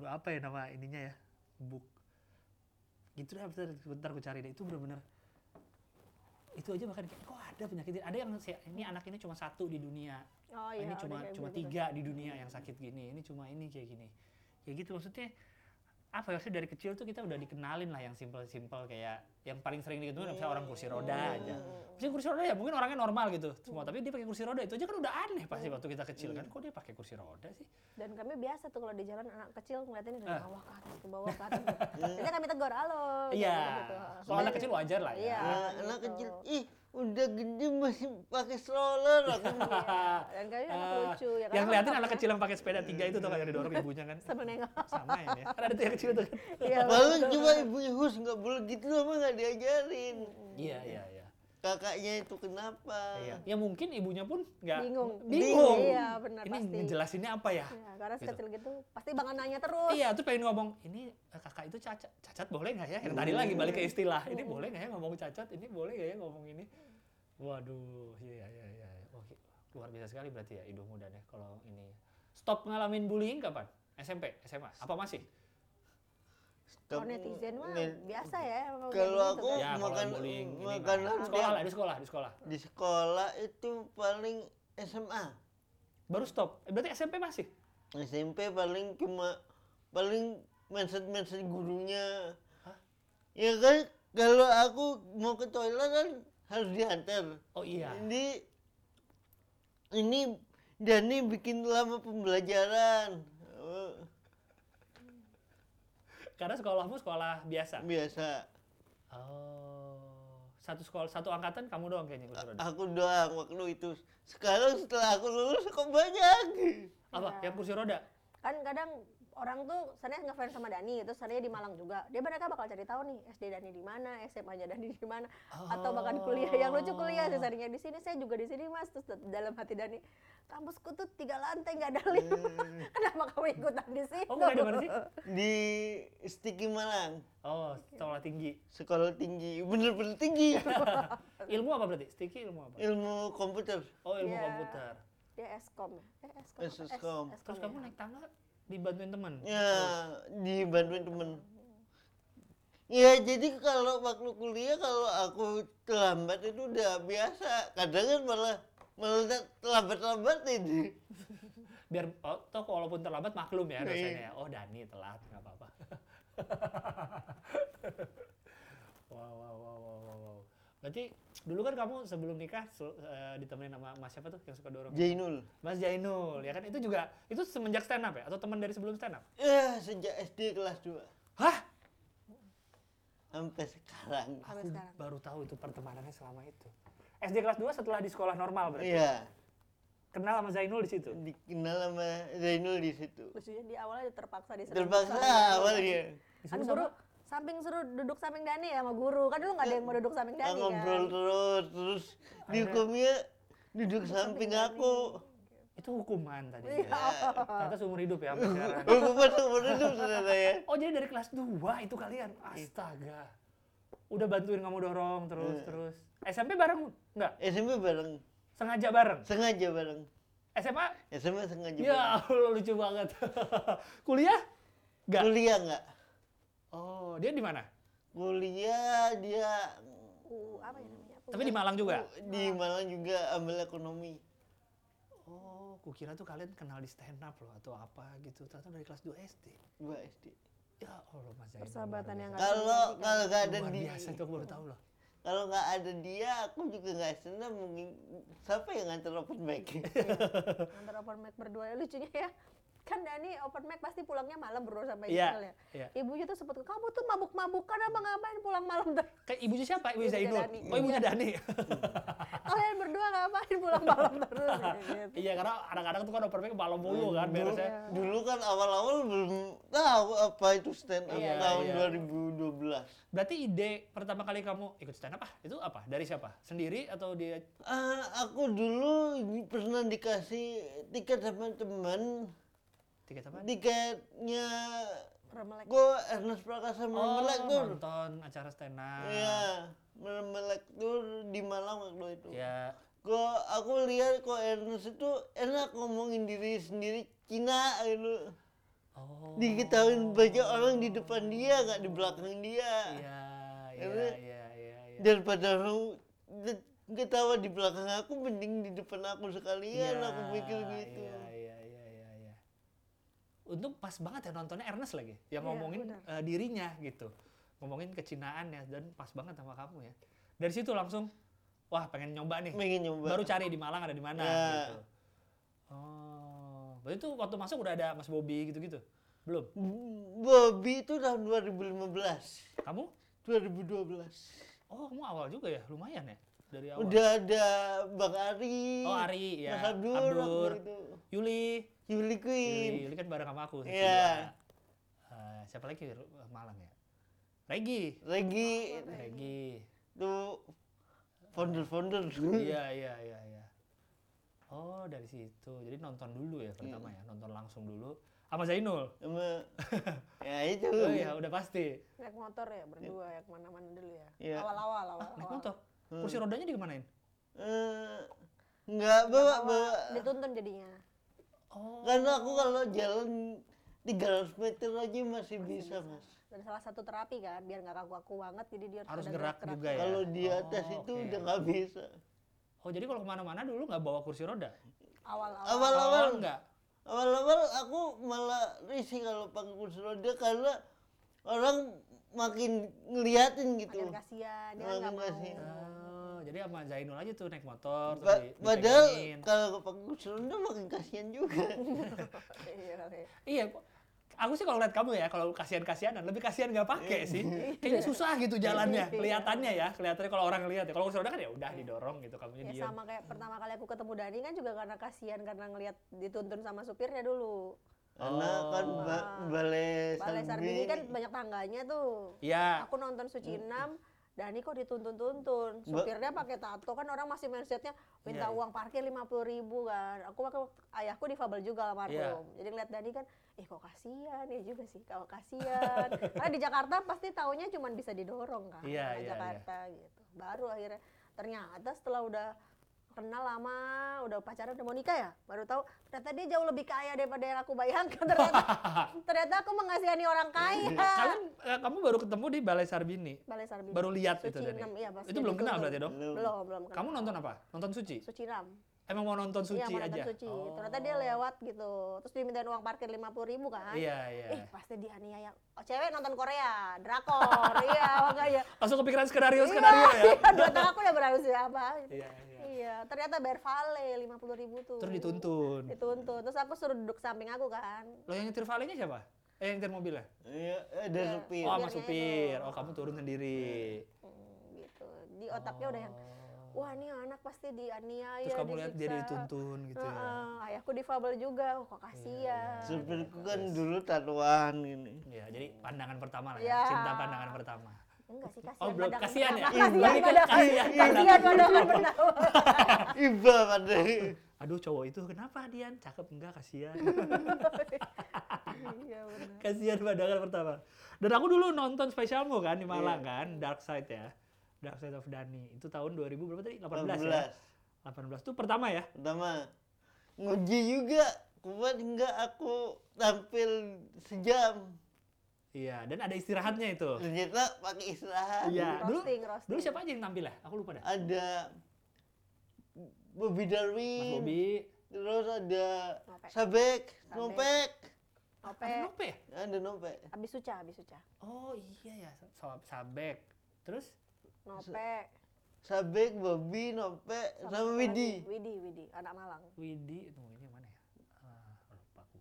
[SPEAKER 2] aduh apa ya nama ininya ya buk gitu deh bentar, bentar gue cari deh itu bener-bener itu aja bahkan kayak kok ada penyakitnya ada yang si- ini anak ini cuma satu di dunia
[SPEAKER 4] iya.
[SPEAKER 2] Ah,
[SPEAKER 4] Oh, iya,
[SPEAKER 2] ini
[SPEAKER 4] udah
[SPEAKER 2] cuma
[SPEAKER 4] kayak
[SPEAKER 2] cuma
[SPEAKER 4] gitu-gitu.
[SPEAKER 2] tiga di dunia yang sakit gini ini cuma ini kayak gini ya gitu maksudnya apa ya maksudnya dari kecil tuh kita udah dikenalin lah yang simpel-simpel kayak yang paling sering diketemuin misalnya orang kursi roda
[SPEAKER 4] Hmm.
[SPEAKER 2] aja Maksudnya kursi roda ya mungkin orangnya normal gitu semua tapi dia pakai kursi roda itu aja kan udah aneh
[SPEAKER 4] Hmm.
[SPEAKER 2] pasti waktu kita kecil kan kok dia pakai kursi roda sih
[SPEAKER 4] Dan kami biasa tuh kalau di jalan anak kecil ngeliatin
[SPEAKER 2] Ah.
[SPEAKER 4] dari bawah ke atas ke bawah ke atas. Jadi kami tegur halo.
[SPEAKER 2] iya
[SPEAKER 4] kayak gitu.
[SPEAKER 2] soal anak kecil wajar lah ya
[SPEAKER 4] Iya.
[SPEAKER 3] Nah,
[SPEAKER 4] gitu.
[SPEAKER 3] anak kecil, ih udah gede masih pakai stroller. Aku
[SPEAKER 4] Iya, Dan kami anak
[SPEAKER 2] Ah,
[SPEAKER 4] lucu ya.
[SPEAKER 2] yang
[SPEAKER 4] karena
[SPEAKER 2] ngeliatin anak
[SPEAKER 4] nontonnya
[SPEAKER 2] kecil yang pakai sepeda tiga itu tuh kan yang didorong ibunya kan
[SPEAKER 4] Sambil nengok.
[SPEAKER 2] sama ya kan ada tuh yang kecil tuh kan
[SPEAKER 4] Iya.
[SPEAKER 3] Baru cuma ibu Ihus nggak boleh gitu sama nggak diajarin.
[SPEAKER 2] iya iya iya
[SPEAKER 3] Kakaknya itu kenapa?
[SPEAKER 2] Iya. Ya mungkin ibunya pun nggak
[SPEAKER 4] Bingung.
[SPEAKER 2] Ya. Bingung.
[SPEAKER 4] Iya, benar,
[SPEAKER 2] Ini
[SPEAKER 4] pasti.
[SPEAKER 2] ngejelasinnya apa ya?
[SPEAKER 4] Iya, karena
[SPEAKER 2] Gitu.
[SPEAKER 4] sekecil gitu pasti bakal nanya terus.
[SPEAKER 2] Iya, tuh pengen ngomong ini eh, kakak itu cacat, cacat boleh nggak ya? Yang tadi lagi balik ke istilah, ini
[SPEAKER 4] Iya.
[SPEAKER 2] boleh nggak ya ngomong cacat? Ini boleh nggak ya ngomong ini? Waduh, iya iya iya. iya. Oke, luar biasa sekali berarti ya hidupmu dan ya kalau ini. Stop ngalamin bullying kapan? SMP, SMA, apa masih?
[SPEAKER 4] Kalau Oh, netizen mah
[SPEAKER 3] Net-
[SPEAKER 4] biasa ya. emang kayak
[SPEAKER 3] Kalau
[SPEAKER 4] gitu
[SPEAKER 3] aku
[SPEAKER 4] kan.
[SPEAKER 2] Ya, kalau
[SPEAKER 3] makan
[SPEAKER 2] bullying ini mah.
[SPEAKER 3] makanan
[SPEAKER 2] Di sekolah lah,
[SPEAKER 3] tiap-
[SPEAKER 2] di sekolah, di sekolah.
[SPEAKER 3] di sekolah itu paling SMA,
[SPEAKER 2] Baru stop. Eh, Berarti SMP masih?
[SPEAKER 3] SMP paling cuma paling mindset-mindset gurunya. Ya kan kalau aku mau ke toilet kan harus diantar.
[SPEAKER 2] Oh iya.
[SPEAKER 3] Ini ini Dani bikin lama pembelajaran Eh,
[SPEAKER 2] Karena sekolahmu sekolah biasa.
[SPEAKER 3] biasa.
[SPEAKER 2] Oh, satu sekolah, satu angkatan kamu doang kayaknya kursi roda.
[SPEAKER 3] Aku doang waktu itu. Sekarang setelah aku lulus kok banyak. uh.
[SPEAKER 2] Apa? Yang kursi roda?
[SPEAKER 4] Kan kadang orang tuh sana ngefans sama Dani, terus sana di Malang juga. Dia mereka bakal cari tahu nih SD Dani di mana, SMA-nya Dani di mana,
[SPEAKER 2] Oh.
[SPEAKER 4] atau bahkan kuliah yang lucu kuliah sih sarinya di sini, saya juga di sini Mas. Terus dalam hati Dani, kampusku tuh tiga lantai nggak ada lima.
[SPEAKER 3] Hmm.
[SPEAKER 4] Kenapa kamu ikutan di situ?
[SPEAKER 2] Oh, kuliah di mana sih?
[SPEAKER 3] Di Stiki Malang,
[SPEAKER 2] Oh, sekolah tinggi.
[SPEAKER 3] sekolah tinggi, bener-bener tinggi.
[SPEAKER 2] Ilmu apa berarti? Sticky ilmu apa?
[SPEAKER 3] Uh-uh. Ilmu komputer.
[SPEAKER 2] Oh, ilmu
[SPEAKER 4] Iya.
[SPEAKER 2] komputer.
[SPEAKER 4] Dia Eskom ya. Eh, Eskom. apa? Es-
[SPEAKER 3] Eskom.
[SPEAKER 2] Terus
[SPEAKER 4] ya.
[SPEAKER 2] kamu naik tangga dibantuin teman?
[SPEAKER 3] Ya, dibantuin temen. Ya, jadi kalau waktu kuliah kalau aku terlambat itu udah biasa. Kadang kan malah malah terlambat-lambat ini.
[SPEAKER 2] biar oh, toh walaupun terlambat maklum ya
[SPEAKER 3] Iya.
[SPEAKER 2] dosennya. Oh Dani telat nggak apa-apa. wow, wow, wow, wow, wow, wow. Berarti dulu kan kamu sebelum nikah sel- eh, ditemenin sama mas siapa tuh yang suka dorong?
[SPEAKER 3] Jainul.
[SPEAKER 2] Mas Jainul ya kan itu juga itu semenjak stand up ya atau teman dari sebelum stand up?
[SPEAKER 3] Ya, sejak SD kelas 2
[SPEAKER 2] Hah?
[SPEAKER 3] sampai sekarang.
[SPEAKER 4] sampai
[SPEAKER 2] Aku
[SPEAKER 4] sekarang.
[SPEAKER 2] baru tahu itu pertemanannya selama itu. SD kelas 2 setelah di sekolah normal berarti.
[SPEAKER 3] Iya,
[SPEAKER 2] Kenal sama Zainul di situ.
[SPEAKER 3] dikenal sama Zainul di situ.
[SPEAKER 4] Lucunya di awalnya terpaksa diserang.
[SPEAKER 3] Terpaksa awalnya.
[SPEAKER 4] Kan guru samping suruh duduk samping Dani ya sama guru. Kan dulu nggak ada yang mau duduk samping Dani kan.
[SPEAKER 3] ngobrol terus, terus dihukumnya duduk samping aku.
[SPEAKER 2] Itu hukuman tadi.
[SPEAKER 4] Iya.
[SPEAKER 2] Ternyata seumur hidup ya sampai sekarang.
[SPEAKER 3] Hukuman seumur hidup ternyata ya.
[SPEAKER 2] Oh jadi dari kelas 2 itu kalian. Astaga. Udah bantuin kamu dorong terus
[SPEAKER 3] Iya.
[SPEAKER 2] terus. SMP bareng nggak?
[SPEAKER 3] SMP bareng,
[SPEAKER 2] Sengaja bareng.
[SPEAKER 3] sengaja bareng.
[SPEAKER 2] SMA?
[SPEAKER 3] SMA sengaja bareng.
[SPEAKER 2] Ya Allah lucu banget. Kuliah? Nggak.
[SPEAKER 3] Kuliah nggak?
[SPEAKER 2] Oh, dia di mana?
[SPEAKER 3] Kuliah dia
[SPEAKER 4] Uh, apa ya namanya? Aku
[SPEAKER 2] Tapi di Malang juga.
[SPEAKER 3] di Malang juga ambil ekonomi.
[SPEAKER 2] Oh, kukira tuh kalian kenal di stand up loh atau apa gitu. Ternyata dari kelas 2 SD.
[SPEAKER 3] Dua SD.
[SPEAKER 2] Ya Allah Mas Zainul.
[SPEAKER 4] Persahabatan yang nggak
[SPEAKER 3] Kalau kalau nggak ada
[SPEAKER 2] luar
[SPEAKER 3] di
[SPEAKER 2] biasa itu aku baru tahu loh.
[SPEAKER 3] kalau nggak ada dia, aku juga nggak senang. Mungkin siapa yang nganter open
[SPEAKER 2] Iya,
[SPEAKER 3] mic?
[SPEAKER 4] Antara open mic berdua lucunya ya. Kan Dani open mic pasti pulangnya malam berdua sampai
[SPEAKER 2] Iya,
[SPEAKER 4] Jainul ya.
[SPEAKER 2] iya.
[SPEAKER 4] Ibunya tuh sempet kamu tuh mabuk-mabukan apa ngapain pulang malam terus.
[SPEAKER 2] Kayak ibunya siapa? Ibu
[SPEAKER 4] Ibunya
[SPEAKER 2] Zainul.
[SPEAKER 4] Dani.
[SPEAKER 2] Oh, ibunya Dani.
[SPEAKER 4] Kalian berdua ngapain pulang malam terus gitu.
[SPEAKER 2] Iya, karena anak-anak tuh kan open mic malam mulu
[SPEAKER 4] Iya.
[SPEAKER 2] kan
[SPEAKER 3] dulu,
[SPEAKER 2] beresnya.
[SPEAKER 3] dulu kan awal-awal belum tahu apa itu stand up
[SPEAKER 2] Iya,
[SPEAKER 3] tahun
[SPEAKER 2] iya.
[SPEAKER 3] 2012.
[SPEAKER 2] Berarti ide pertama kali kamu ikut stand up ah, itu apa? Dari siapa? Sendiri atau dia
[SPEAKER 3] Ah, aku dulu pernah dikasih tiket sama teman,
[SPEAKER 2] tiket
[SPEAKER 4] Hmm,
[SPEAKER 2] apa?
[SPEAKER 3] tiketnya
[SPEAKER 4] Remelek.
[SPEAKER 3] gue
[SPEAKER 2] Oh,
[SPEAKER 3] Ernest Prakasa Memelek tuh.
[SPEAKER 2] nonton acara stand up.
[SPEAKER 3] Iya, Memelek tuh di Malang waktu itu.
[SPEAKER 2] Ya,
[SPEAKER 3] Gue aku lihat kok Ernest itu enak ngomongin diri sendiri Cina gitu.
[SPEAKER 2] oh.
[SPEAKER 3] Diketahuin banyak orang di depan dia, nggak di belakang dia.
[SPEAKER 2] Iya, iya,
[SPEAKER 3] Ini-
[SPEAKER 2] iya, iya, iya.
[SPEAKER 3] daripada lu de- ketawa di belakang aku mending di depan aku sekalian aku mikir Iya, gitu
[SPEAKER 2] Ya, Iya, iya, iya, iya, iya. Untung pas banget ya nontonnya Ernest lagi, yang
[SPEAKER 4] Iya,
[SPEAKER 2] ngomongin
[SPEAKER 4] benar.
[SPEAKER 2] eh, dirinya gitu, ngomongin kecinaannya dan pas banget sama kamu ya. Dari situ langsung, wah pengen nyoba nih,
[SPEAKER 3] pengen nyoba
[SPEAKER 2] baru cari di Malang ada di mana
[SPEAKER 3] Ya.
[SPEAKER 2] gitu. Oh, berarti tuh waktu masuk udah ada Mas Bobby gitu-gitu, belum?
[SPEAKER 3] Bobby itu tahun 2015
[SPEAKER 2] Kamu?
[SPEAKER 3] 2012
[SPEAKER 2] Oh, kamu awal juga ya, lumayan ya dari awal.
[SPEAKER 3] udah ada Bang Ari
[SPEAKER 2] Oh Ari, ya.
[SPEAKER 3] Mas Abdur,
[SPEAKER 2] Abdur.
[SPEAKER 3] waktu itu.
[SPEAKER 2] Yuli,
[SPEAKER 3] Yuli Queen
[SPEAKER 2] Yuli, Yuli kan bareng sama aku. satu
[SPEAKER 3] Iya.
[SPEAKER 2] dua. Eh, siapa lagi Ru- Malang ya? Regi.
[SPEAKER 3] Regi
[SPEAKER 2] Regi.
[SPEAKER 3] tuh founder-founder
[SPEAKER 2] iya iya iya iya. Oh dari situ. Jadi nonton dulu ya pertama
[SPEAKER 3] Iya.
[SPEAKER 2] ya, nonton langsung dulu. Sama Zainul.
[SPEAKER 3] sama ya itu
[SPEAKER 2] Oh iya udah pasti.
[SPEAKER 4] Naik motor ya berdua ya kemana-mana dulu ya.
[SPEAKER 3] Iya.
[SPEAKER 4] Awal-awal awal.
[SPEAKER 2] Ah, naik motor.
[SPEAKER 3] hmm.
[SPEAKER 2] Kursi rodanya dikemanain?
[SPEAKER 3] Eh, nggak bawa bawa
[SPEAKER 4] Dituntun jadinya.
[SPEAKER 2] Oh.
[SPEAKER 3] Karena aku kalau jalan 300 meter aja masih bisa, Mas.
[SPEAKER 4] Dan salah satu terapi kan biar nggak kaku-kaku banget jadi dia gitu.
[SPEAKER 2] Harus
[SPEAKER 4] ada
[SPEAKER 2] gerak juga ya.
[SPEAKER 3] Kalau di atas
[SPEAKER 2] Oh,
[SPEAKER 3] itu
[SPEAKER 2] oke.
[SPEAKER 3] udah nggak bisa.
[SPEAKER 2] Oh jadi kalau kemana-mana dulu nggak bawa kursi roda?
[SPEAKER 4] Awal-awal.
[SPEAKER 3] Awal-awal
[SPEAKER 2] Oh, nggak.
[SPEAKER 3] awal-awal aku malah risih kalau pakai kursi roda karena orang makin ngeliatin gitu.
[SPEAKER 4] Makin kasihan dia
[SPEAKER 3] Makin
[SPEAKER 4] nggak mau.
[SPEAKER 3] kasihan.
[SPEAKER 2] Oh, jadi sama Zainul aja tuh naik motor, terus
[SPEAKER 3] Pa-
[SPEAKER 2] di-
[SPEAKER 3] padahal
[SPEAKER 2] dipegangin.
[SPEAKER 3] kalau pakai kursi roda makin kasihan juga.
[SPEAKER 4] Iya kali.
[SPEAKER 2] Iya, kok- aku sih kalau lihat kamu ya, kalau kasihan-kasihanan, lebih kasihan nggak pakai sih. Kayaknya susah gitu jalannya, kelihatannya ya, kelihatannya kalau orang lihat ya. Kalau kursi roda kan ya udah didorong gitu, kamunya
[SPEAKER 4] Ya
[SPEAKER 2] diam.
[SPEAKER 4] sama kayak pertama kali aku ketemu Dani kan juga karena kasihan karena ngelihat dituntun sama supirnya dulu.
[SPEAKER 3] Karena
[SPEAKER 2] Oh.
[SPEAKER 3] kan ba- balai gitu.
[SPEAKER 4] Balai Sarbini
[SPEAKER 3] Sarbini
[SPEAKER 4] kan banyak tangganya tuh.
[SPEAKER 2] Iya,
[SPEAKER 4] Aku nonton Suci Enam, Dani kok dituntun-tuntun. Supirnya pakai tato kan orang masih mindsetnya
[SPEAKER 2] Iya,
[SPEAKER 4] minta
[SPEAKER 2] iya.
[SPEAKER 4] uang parkir lima ribu kan. Aku waktu ayahku difabel juga almarhum.
[SPEAKER 2] Iya.
[SPEAKER 4] Jadi ngeliat Dani kan, ih kok kasihan ya juga sih, kalau kasihan. Karena di Jakarta pasti taunya cuma bisa didorong kan,
[SPEAKER 2] Iya,
[SPEAKER 4] karena
[SPEAKER 2] iya,
[SPEAKER 4] Jakarta gitu. Baru akhirnya ternyata setelah udah kenal lama, udah pacaran udah mau nikah ya, baru tahu ternyata dia jauh lebih kaya daripada yang aku bayangkan. Ternyata ternyata aku mengasihani orang kaya.
[SPEAKER 2] kalian eh, kamu baru ketemu di Balai Sarbini,
[SPEAKER 4] Balai Sarbini.
[SPEAKER 2] baru lihat
[SPEAKER 4] Suci
[SPEAKER 2] itu Dani.
[SPEAKER 4] enam, iya, pas
[SPEAKER 2] itu
[SPEAKER 4] dia
[SPEAKER 2] belum kenal
[SPEAKER 4] dituntun.
[SPEAKER 2] berarti dong.
[SPEAKER 4] Belum, belum. kenal.
[SPEAKER 2] Kamu nonton apa? Nonton Suci.
[SPEAKER 4] Suci Ram.
[SPEAKER 2] Emang mau nonton suci
[SPEAKER 4] Iya, mau nonton
[SPEAKER 2] aja.
[SPEAKER 4] suci.
[SPEAKER 2] Oh.
[SPEAKER 4] Ternyata dia lewat gitu. Terus dimintain uang parkir 50 ribu kan.
[SPEAKER 2] Iya, iya.
[SPEAKER 4] Eh, pasti dianiaya. Oh, cewek nonton Korea, drakor. iya, makanya.
[SPEAKER 2] Langsung kepikiran skenario-skenario ya.
[SPEAKER 4] Iya, di otak aku udah berhasil apa.
[SPEAKER 2] Iya, iya.
[SPEAKER 4] Iya, ternyata bayar vale 50 ribu tuh.
[SPEAKER 2] Terus dituntun.
[SPEAKER 4] Dituntun. Terus aku suruh duduk samping aku kan.
[SPEAKER 2] Lo yang nyetir valenya siapa? Eh, yang nyetir mobilnya?
[SPEAKER 3] Iya, ada
[SPEAKER 4] Iya.
[SPEAKER 3] supir.
[SPEAKER 2] Oh, sama
[SPEAKER 4] Supirnya itu.
[SPEAKER 2] supir. Oh, kamu turun sendiri.
[SPEAKER 4] Hmm, gitu. Di otaknya udah yang, wah ini anak pasti dianiaya,
[SPEAKER 2] Oh. Terus kamu lihat dia
[SPEAKER 4] Iya, disiksa."
[SPEAKER 2] dituntun gitu ya. Iya,
[SPEAKER 4] Heeh, ayahku difabel juga, oh, kok kasihan.
[SPEAKER 3] Supirku kan dulu tatuan gini.
[SPEAKER 2] Ya, jadi pandangan pertama lah
[SPEAKER 4] Iya.
[SPEAKER 2] ya. Cinta pandangan pertama.
[SPEAKER 4] Enggak sih, kasihan
[SPEAKER 2] Oh, belum
[SPEAKER 4] pandangan
[SPEAKER 2] kasihan ya?
[SPEAKER 4] pertama. Kasihan
[SPEAKER 2] Ini kan
[SPEAKER 4] pandangan-
[SPEAKER 2] kasihan
[SPEAKER 4] kasihan pandangan pertama.
[SPEAKER 3] Iya, Iba pada.
[SPEAKER 2] Aduh, cowok itu kenapa Dian? Cakep enggak? Kasihan.
[SPEAKER 4] Iya, benar.
[SPEAKER 2] Kasihan pandangan pertama. Dan aku dulu nonton spesialmu kan di Malang
[SPEAKER 4] Iya.
[SPEAKER 2] kan, Dark Side ya. Dark Side of Dani. Itu tahun 2000 berapa tadi? 18 ya. 18
[SPEAKER 3] 18.
[SPEAKER 2] itu pertama ya.
[SPEAKER 3] Pertama, nguji juga. Kuat nggak aku tampil sejam.
[SPEAKER 2] Iya, dan ada istirahatnya itu.
[SPEAKER 4] Iya.
[SPEAKER 3] Ternyata pakai istirahat.
[SPEAKER 2] Iya, dulu
[SPEAKER 4] Roasting, roasting.
[SPEAKER 2] dulu siapa aja yang tampil ya? Aku lupa dah.
[SPEAKER 3] Ada Bobby
[SPEAKER 4] Iya.
[SPEAKER 2] Mas
[SPEAKER 3] Darwin.
[SPEAKER 2] Bobi,
[SPEAKER 3] Terus ada
[SPEAKER 4] Nopek.
[SPEAKER 3] Sabek,
[SPEAKER 4] Sabek.
[SPEAKER 3] Nopek.
[SPEAKER 4] Ope,
[SPEAKER 2] ada Nope ya?
[SPEAKER 3] Ada Nopek.
[SPEAKER 4] habis suca, habis suca.
[SPEAKER 2] Oh iya ya, Sa- Sabek. Terus
[SPEAKER 4] Nope,
[SPEAKER 3] Sabek, Bobby, Nopek, sama
[SPEAKER 4] sama satu
[SPEAKER 3] Widi.
[SPEAKER 4] lagi, Widi, Widi, anak Malang.
[SPEAKER 2] Widi, tunggu ini yang mana ya? Ah, lupa aku.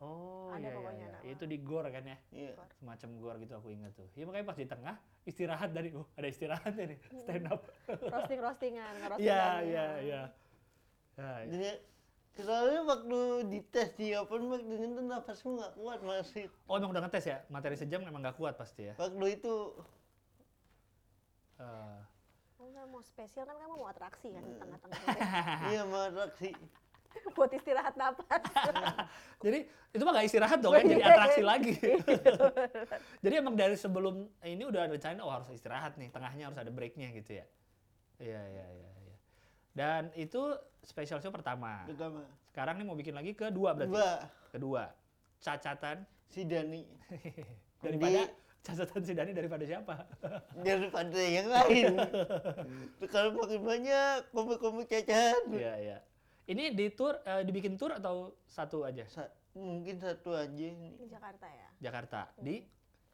[SPEAKER 2] Oh
[SPEAKER 4] Ada
[SPEAKER 2] iya iya,
[SPEAKER 4] pokoknya
[SPEAKER 2] iya.
[SPEAKER 4] nama.
[SPEAKER 2] Itu di gor kan ya?
[SPEAKER 3] Iya.
[SPEAKER 2] Semacam gor gitu aku ingat tuh. Ya makanya pas di tengah istirahat dari oh ada istirahat dari stand up.
[SPEAKER 4] Roasting, roastingan, roasting.
[SPEAKER 2] Iya iya iya. Ya, iya.
[SPEAKER 3] Jadi soalnya waktu dites di open mic ternyata nafasku nggak kuat masih.
[SPEAKER 2] Oh emang udah ngetes ya? Materi sejam emang nggak kuat pasti ya?
[SPEAKER 3] Waktu itu
[SPEAKER 2] Eh,
[SPEAKER 4] Oh, enggak mau spesial kan kamu mau atraksi kan di tengah-tengah.
[SPEAKER 2] Ah.
[SPEAKER 3] iya mau atraksi.
[SPEAKER 4] Buat istirahat napas.
[SPEAKER 2] jadi itu mah nggak istirahat dong kan jadi atraksi lagi. jadi emang dari sebelum ini udah rencana oh harus istirahat nih, tengahnya harus ada breaknya gitu ya. Iya iya iya. iya. Dan itu special show pertama.
[SPEAKER 3] Pertama,
[SPEAKER 2] Sekarang nih mau bikin lagi kedua Ah. berarti.
[SPEAKER 3] dua
[SPEAKER 2] Kedua. Cacatan
[SPEAKER 3] si Dani
[SPEAKER 2] daripada
[SPEAKER 3] Jadi-
[SPEAKER 2] cacatan si Dani daripada siapa?
[SPEAKER 3] daripada yang lain. Kalau makin banyak komik-komik cacahan.
[SPEAKER 2] Iya iya. Ini di tour eh, dibikin tour atau satu aja?
[SPEAKER 3] Sa- mungkin satu aja ini.
[SPEAKER 4] Di Jakarta ya.
[SPEAKER 2] Jakarta di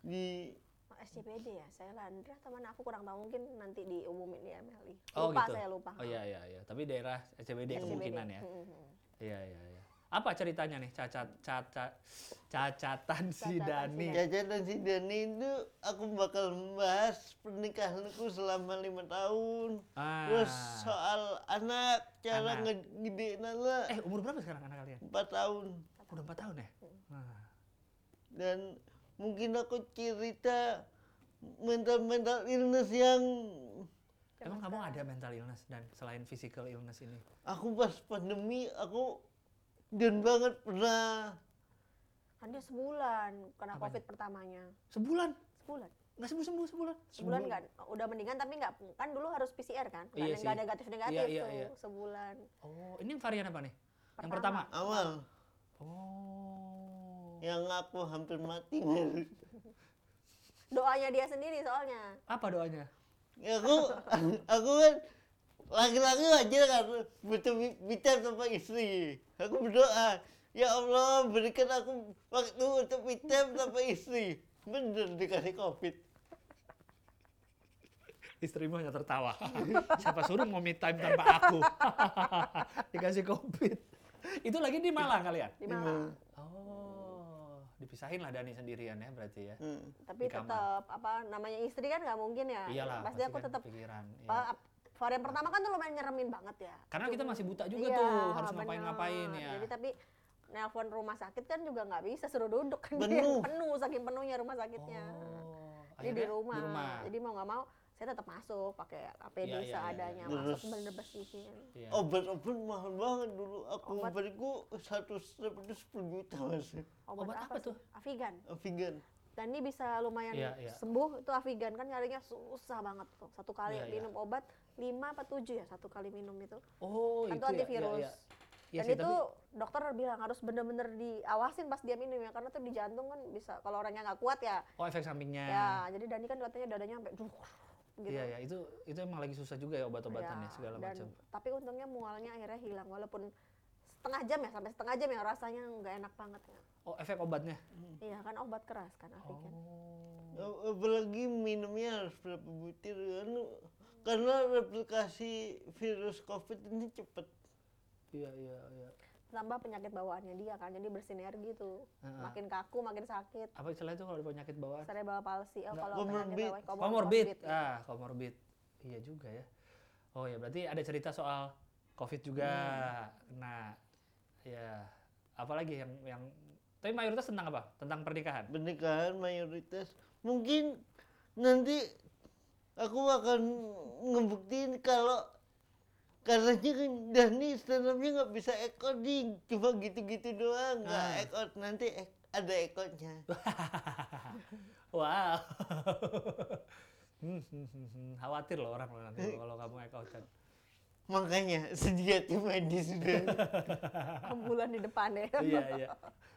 [SPEAKER 3] di
[SPEAKER 4] SCPD ya, saya Landra teman aku kurang tahu mungkin nanti diumumin di MLI.
[SPEAKER 2] Oh
[SPEAKER 4] lupa
[SPEAKER 2] gitu.
[SPEAKER 4] saya lupa.
[SPEAKER 2] Oh iya iya iya. Tapi daerah SCBD
[SPEAKER 4] SCBD.
[SPEAKER 2] kemungkinan ya.
[SPEAKER 4] Mm, mm, mm.
[SPEAKER 2] Iya iya iya. Apa ceritanya nih cacat cacat cacatan si
[SPEAKER 4] Cacatan si
[SPEAKER 2] Dani?
[SPEAKER 4] Dani.
[SPEAKER 3] Caca dan si Dani itu aku bakal membahas pernikahanku selama lima tahun.
[SPEAKER 2] Ah.
[SPEAKER 3] Terus soal anak, cara
[SPEAKER 2] Anak.
[SPEAKER 3] ngegedein anak
[SPEAKER 2] Eh umur berapa sekarang anak kalian?
[SPEAKER 3] empat tahun.
[SPEAKER 2] Udah 4 tahun ya? Nah.
[SPEAKER 3] Dan mungkin aku cerita mental-mental illness yang
[SPEAKER 2] Emang kamu ada mental illness dan selain physical illness ini?
[SPEAKER 3] aku pas pandemi aku down banget pernah
[SPEAKER 4] Kan dia sebulan kena
[SPEAKER 2] Apanya?
[SPEAKER 4] Covid pertamanya.
[SPEAKER 2] Sebulan?
[SPEAKER 4] Sebulan.
[SPEAKER 2] Nggak sembuh-sembuh sebulan?
[SPEAKER 4] Sebulan kan udah mendingan tapi nggak kan dulu harus PCR kan?
[SPEAKER 2] Iya
[SPEAKER 4] Nggak ada- nggak
[SPEAKER 2] sih.
[SPEAKER 4] ada negatif negatif
[SPEAKER 2] Iya, iya,
[SPEAKER 4] tuh
[SPEAKER 2] iya.
[SPEAKER 4] sebulan.
[SPEAKER 2] Oh, ini yang varian apa nih? Yang pertama?
[SPEAKER 3] awal
[SPEAKER 2] Oh.
[SPEAKER 3] yang aku hampir mati.
[SPEAKER 4] Doanya dia sendiri soalnya.
[SPEAKER 2] Apa doanya?
[SPEAKER 3] Ya, aku aku kan laki-laki wajar kan butuh bi- bicara sama istri aku berdoa ya Allah berikan aku waktu untuk bicara sama istri bener dikasih covid
[SPEAKER 2] Istrimu hanya tertawa. Siapa suruh mau me time tanpa aku? Dikasih covid. Itu lagi di Malang kalian?
[SPEAKER 4] Di Malang.
[SPEAKER 2] Oh, dipisahin lah Dani sendirian ya berarti ya.
[SPEAKER 3] Hmm.
[SPEAKER 4] Tapi
[SPEAKER 2] Di kamar.
[SPEAKER 4] tetap apa namanya istri kan nggak mungkin ya.
[SPEAKER 2] Iyalah,
[SPEAKER 4] Pasti aku Oh,
[SPEAKER 2] kan
[SPEAKER 4] tetap
[SPEAKER 2] pikiran. iya.
[SPEAKER 4] Pak, varian pertama kan tuh lumayan nyeremin banget ya.
[SPEAKER 2] Karena kita masih buta juga
[SPEAKER 4] Iya,
[SPEAKER 2] tuh, harus
[SPEAKER 4] bener.
[SPEAKER 2] ngapain-ngapain ya.
[SPEAKER 4] Jadi tapi nelpon rumah sakit kan juga nggak bisa suruh duduk kan dia
[SPEAKER 3] Penuh.
[SPEAKER 4] penuh saking penuhnya rumah sakitnya.
[SPEAKER 2] Oh,
[SPEAKER 4] Jadi di
[SPEAKER 2] akhirnya
[SPEAKER 4] rumah. Jadi mau nggak mau saya tetap masuk pakai
[SPEAKER 2] Iya,
[SPEAKER 4] APD
[SPEAKER 2] iya, iya,
[SPEAKER 3] iya.
[SPEAKER 4] seadanya, masuk
[SPEAKER 3] Terus-
[SPEAKER 4] bener bersihin.
[SPEAKER 2] Iya.
[SPEAKER 3] obat-obat Oh, mahal banget dulu aku
[SPEAKER 4] Obat?
[SPEAKER 3] beriku satu strip itu sepuluh juta mas
[SPEAKER 2] Obat apa
[SPEAKER 4] sih?
[SPEAKER 2] tuh?
[SPEAKER 4] Avigan.
[SPEAKER 3] vegan
[SPEAKER 4] Dan ini bisa lumayan
[SPEAKER 2] Iya, iya.
[SPEAKER 4] sembuh itu Avigan kan nyarinya susah banget tuh. Satu kali
[SPEAKER 2] Iya, iya.
[SPEAKER 4] minum obat 5 apa 7 ya satu kali minum itu.
[SPEAKER 2] Oh, itu ya,
[SPEAKER 4] kan tuh
[SPEAKER 2] iya,
[SPEAKER 4] antivirus.
[SPEAKER 2] iya. Iya
[SPEAKER 4] Dan
[SPEAKER 2] sih,
[SPEAKER 4] itu
[SPEAKER 2] tapi-
[SPEAKER 4] dokter bilang harus bener-bener diawasin pas dia minum ya karena tuh di jantung kan bisa kalau orangnya nggak kuat ya
[SPEAKER 2] Oh, efek sampingnya.
[SPEAKER 4] ya jadi Dani kan katanya dadanya sampai duh gitu.
[SPEAKER 2] Iya ya itu itu emang lagi susah juga ya obat-obatannya
[SPEAKER 4] Ya,
[SPEAKER 2] segala
[SPEAKER 4] dan-
[SPEAKER 2] macam.
[SPEAKER 4] Tapi untungnya mualnya akhirnya hilang walaupun setengah jam ya sampai setengah jam ya rasanya nggak enak banget ya.
[SPEAKER 2] Oh efek obatnya?
[SPEAKER 4] Iya kan obat keras kan Afi kan.
[SPEAKER 2] Oh.
[SPEAKER 3] A- apalagi minumnya harus berapa butir kan karena replikasi virus covid ini cepat
[SPEAKER 2] Iya iya iya.
[SPEAKER 4] Tambah penyakit bawaannya dia kan jadi bersinergi tuh.
[SPEAKER 2] Heeh.
[SPEAKER 4] Makin kaku makin sakit.
[SPEAKER 2] Apa istilah itu kalau penyakit bawaan?
[SPEAKER 4] Cerebral palsi. Oh,
[SPEAKER 2] Nggak,
[SPEAKER 4] kalau
[SPEAKER 3] komorbid.
[SPEAKER 4] penyakit bawaan-
[SPEAKER 2] Komorbid.
[SPEAKER 4] ya.
[SPEAKER 2] Ah komorbid. Iya juga ya. Oh ya berarti ada cerita soal covid juga. Nah ya apalagi yang yang tapi mayoritas tentang apa? Tentang pernikahan.
[SPEAKER 3] pernikahan mayoritas mungkin nanti aku akan ngebuktiin kalau karena kan Dhani stand up-nya nggak bisa ekoding cuma gitu-gitu doang nggak
[SPEAKER 2] Ah.
[SPEAKER 3] ekot nanti ek- ada ekotnya
[SPEAKER 2] Wow. Hmm, hmm, hmm, hmm. Khawatir loh orang loh nanti kalau kamu ekocen.
[SPEAKER 3] makanya sediakan medis sudah
[SPEAKER 4] Ambulan di depan ya.
[SPEAKER 2] Ah. Iya iya.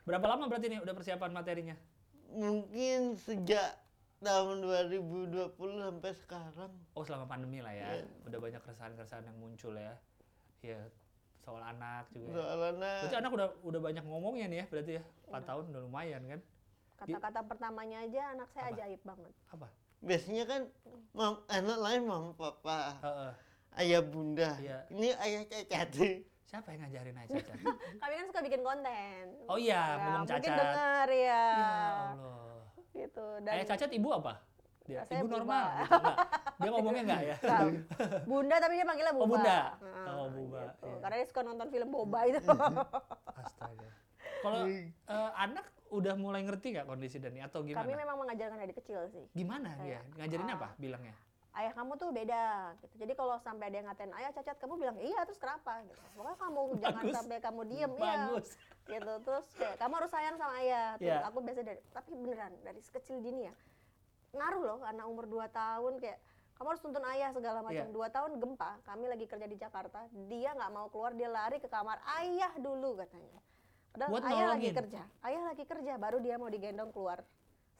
[SPEAKER 2] Berapa lama berarti nih udah persiapan materinya?
[SPEAKER 3] mungkin sejak tahun 2020 sampai sekarang
[SPEAKER 2] Oh selama pandemi lah ya.
[SPEAKER 3] Iya.
[SPEAKER 2] Udah banyak keresahan-keresahan yang muncul ya. Iya soal anak juga. Ya. Berarti
[SPEAKER 3] soalnya
[SPEAKER 2] anak udah udah banyak ngomongnya nih ya berarti ya.
[SPEAKER 4] Iya.
[SPEAKER 2] 4 tahun udah lumayan kan?
[SPEAKER 4] Kata-kata pertamanya aja anak saya
[SPEAKER 2] Apa?
[SPEAKER 4] ajaib banget.
[SPEAKER 2] Apa?
[SPEAKER 3] biasanya kan mam- anak lain mama papa
[SPEAKER 2] Heeh.
[SPEAKER 3] ayah bunda
[SPEAKER 2] Iya.
[SPEAKER 3] ini ayah cacat
[SPEAKER 2] Siapa yang ngajarin Ya aja Caca?
[SPEAKER 4] Kami kan suka bikin konten.
[SPEAKER 2] Oh iya,
[SPEAKER 4] Ya,
[SPEAKER 2] belum
[SPEAKER 4] Mungkin
[SPEAKER 2] cacat.
[SPEAKER 4] denger ya.
[SPEAKER 2] ya Allah.
[SPEAKER 4] Gitu. Dan
[SPEAKER 2] Ayah cacat ibu apa? Dia,
[SPEAKER 4] Saya
[SPEAKER 2] ibu
[SPEAKER 4] Buba.
[SPEAKER 2] normal. Gitu. Enggak. Dia ngomongnya enggak ya?
[SPEAKER 4] Bukan. Bunda tapi dia panggilnya Boba.
[SPEAKER 2] Oh, Bunda.
[SPEAKER 4] Nah,
[SPEAKER 2] Oh, Boba, iya.
[SPEAKER 4] gitu.
[SPEAKER 2] Hmm,
[SPEAKER 4] Karena dia suka nonton film Boba itu.
[SPEAKER 2] Astaga. Kalau eh, anak udah mulai ngerti nggak kondisi Dani atau gimana?
[SPEAKER 4] Kami memang mengajarkan dari kecil sih.
[SPEAKER 2] gimana dia?
[SPEAKER 4] Kayak,
[SPEAKER 2] Ngajarin
[SPEAKER 4] ah.
[SPEAKER 2] apa bilangnya?
[SPEAKER 4] Ayah kamu tuh beda. Gitu. Jadi kalau sampai ada yang ngatain ayah cacat, kamu bilang iya terus kenapa? Gitu. Pokoknya kamu jangan
[SPEAKER 2] Bagus.
[SPEAKER 4] sampai kamu diem ya.
[SPEAKER 2] Bagus.
[SPEAKER 4] Gitu terus kayak kamu harus sayang sama ayah. Terus
[SPEAKER 2] Iya.
[SPEAKER 4] aku biasa dari tapi beneran dari sekecil dini ya ngaruh loh anak umur 2 tahun kayak kamu harus tuntun ayah segala macam.
[SPEAKER 2] Iya.
[SPEAKER 4] Dua tahun gempa, kami lagi kerja di Jakarta, dia nggak mau keluar, dia lari ke kamar ayah dulu katanya. Padahal
[SPEAKER 2] Buat
[SPEAKER 4] ayah
[SPEAKER 2] nolongin.
[SPEAKER 4] lagi kerja, ayah lagi kerja, baru dia mau digendong keluar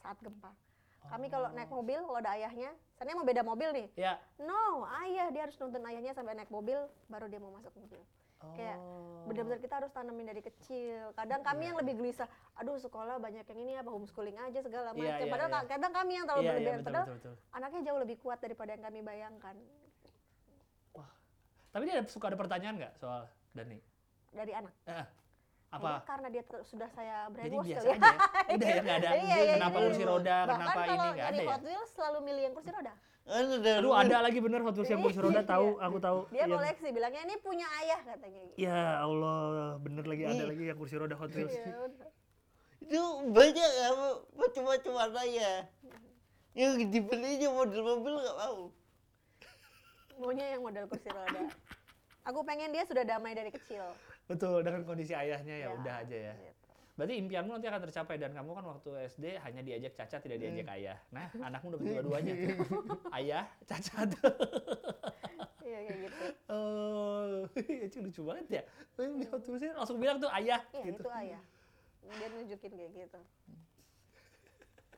[SPEAKER 4] saat gempa. Kami kalau naik mobil, kalau ada ayahnya, sebenarnya mau beda mobil nih.
[SPEAKER 2] Oh. Ya.
[SPEAKER 4] No, ayah dia harus nuntun ayahnya sampai naik mobil, baru dia mau masuk mobil. Kayak
[SPEAKER 2] Oh. Iya,
[SPEAKER 4] benar-benar kita harus tanamin dari kecil. Kadang kami yang lebih gelisah, aduh sekolah banyak yang ini apa homeschooling aja segala macam.
[SPEAKER 2] Iya, iya,
[SPEAKER 4] Padahal
[SPEAKER 2] iya.
[SPEAKER 4] ka- kadang kami yang terlalu
[SPEAKER 2] Iya, iya,
[SPEAKER 4] berlebihan.
[SPEAKER 2] betul,
[SPEAKER 4] Padahal
[SPEAKER 2] betul, betul.
[SPEAKER 4] anaknya jauh lebih kuat daripada yang kami bayangkan.
[SPEAKER 2] Tapi dia ada, suka ada pertanyaan nggak soal Dani?
[SPEAKER 4] Dari anak.
[SPEAKER 2] Eh,
[SPEAKER 4] Kayaknya
[SPEAKER 2] apa?
[SPEAKER 4] karena dia ter- sudah saya
[SPEAKER 2] Jadi
[SPEAKER 4] brainwash
[SPEAKER 2] biasa
[SPEAKER 4] kali ya.
[SPEAKER 2] aja. ya? Udah ya nggak ada.
[SPEAKER 4] Iya, iya,
[SPEAKER 2] kenapa
[SPEAKER 4] iya.
[SPEAKER 2] kursi roda?
[SPEAKER 4] Bahkan
[SPEAKER 2] kenapa ini
[SPEAKER 4] kalau
[SPEAKER 2] nggak
[SPEAKER 4] nyari
[SPEAKER 2] ada ya?
[SPEAKER 4] Hot Wheels selalu milih yang kursi roda.
[SPEAKER 3] kan udah
[SPEAKER 2] Aduh ada lagi bener Hot Wheels yang kursi roda tahu, aku tahu.
[SPEAKER 4] Iya. Dia
[SPEAKER 2] yang-
[SPEAKER 4] koleksi, bilangnya ini punya ayah katanya. gitu.
[SPEAKER 2] Ya Allah, bener lagi ada
[SPEAKER 3] Ih.
[SPEAKER 2] lagi yang kursi roda Hot Wheels.
[SPEAKER 4] Iya, bener.
[SPEAKER 3] itu banyak ya macam-macam anaknya yang dibelinya mobil-mobil nggak mau
[SPEAKER 4] Maunya yang model kursi roda. Aku pengen dia sudah damai dari kecil.
[SPEAKER 2] Betul, dengan kondisi ayahnya ya
[SPEAKER 4] Ya,
[SPEAKER 2] udah aja ya.
[SPEAKER 4] gitu.
[SPEAKER 2] Berarti impianmu nanti akan tercapai dan kamu kan waktu SD hanya diajak cacat tidak diajak
[SPEAKER 4] Hmm.
[SPEAKER 2] ayah. Nah, anakmu dapat dua-duanya. ayah, cacat.
[SPEAKER 4] Iya kayak gitu.
[SPEAKER 2] oh, itu lucu banget ya. Eh, Di Hot Wheels-nya langsung bilang tuh ayah
[SPEAKER 4] Iya
[SPEAKER 2] gitu.
[SPEAKER 4] itu ayah. Dia nunjukin kayak gitu.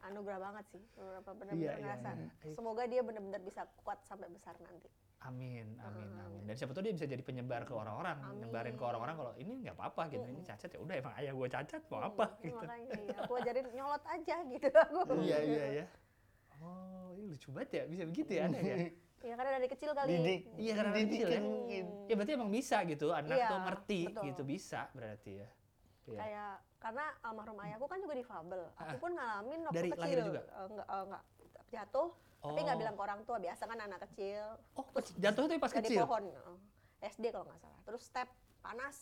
[SPEAKER 4] Anugerah banget sih, beberapa
[SPEAKER 2] Iya,
[SPEAKER 4] benar-benar
[SPEAKER 2] iya,
[SPEAKER 4] ngerasa.
[SPEAKER 2] iya.
[SPEAKER 4] Semoga dia benar-benar bisa kuat sampai besar nanti.
[SPEAKER 2] Amin, amin, amin. Dan siapa tahu dia bisa jadi penyebar ke orang-orang, nyebarin ke orang-orang kalau ini nggak apa-apa gitu, ini cacat ya udah emang ayah gue cacat mau apa
[SPEAKER 4] Hmm,
[SPEAKER 2] gitu.
[SPEAKER 4] Makanya iya, aku ajarin nyolot aja gitu aku.
[SPEAKER 2] Iya, iya, iya. Oh, ini lucu banget ya, bisa begitu ya ada ya.
[SPEAKER 4] Iya karena dari kecil kali.
[SPEAKER 3] didik
[SPEAKER 2] Iya, karena anak kecil ya.
[SPEAKER 3] didikin mungkin
[SPEAKER 4] Hmm,
[SPEAKER 2] Ya berarti emang bisa gitu, anak
[SPEAKER 4] Iya,
[SPEAKER 2] tuh ngerti
[SPEAKER 4] betul.
[SPEAKER 2] gitu bisa berarti ya. Iya.
[SPEAKER 4] Kayak karena almarhum ayahku kan juga difabel. Aku
[SPEAKER 2] Ah.
[SPEAKER 4] pun ngalamin waktu
[SPEAKER 2] Dari
[SPEAKER 4] kecil.
[SPEAKER 2] lahir juga?
[SPEAKER 4] Eh, Enggak, eh, enggak jatuh, tapi nggak
[SPEAKER 2] Oh.
[SPEAKER 4] bilang ke orang tua. Biasa kan anak kecil.
[SPEAKER 2] Oh, jatuh tuh pas
[SPEAKER 4] dari
[SPEAKER 2] kecil.
[SPEAKER 4] pohon eh, SD kalau nggak salah terus step panas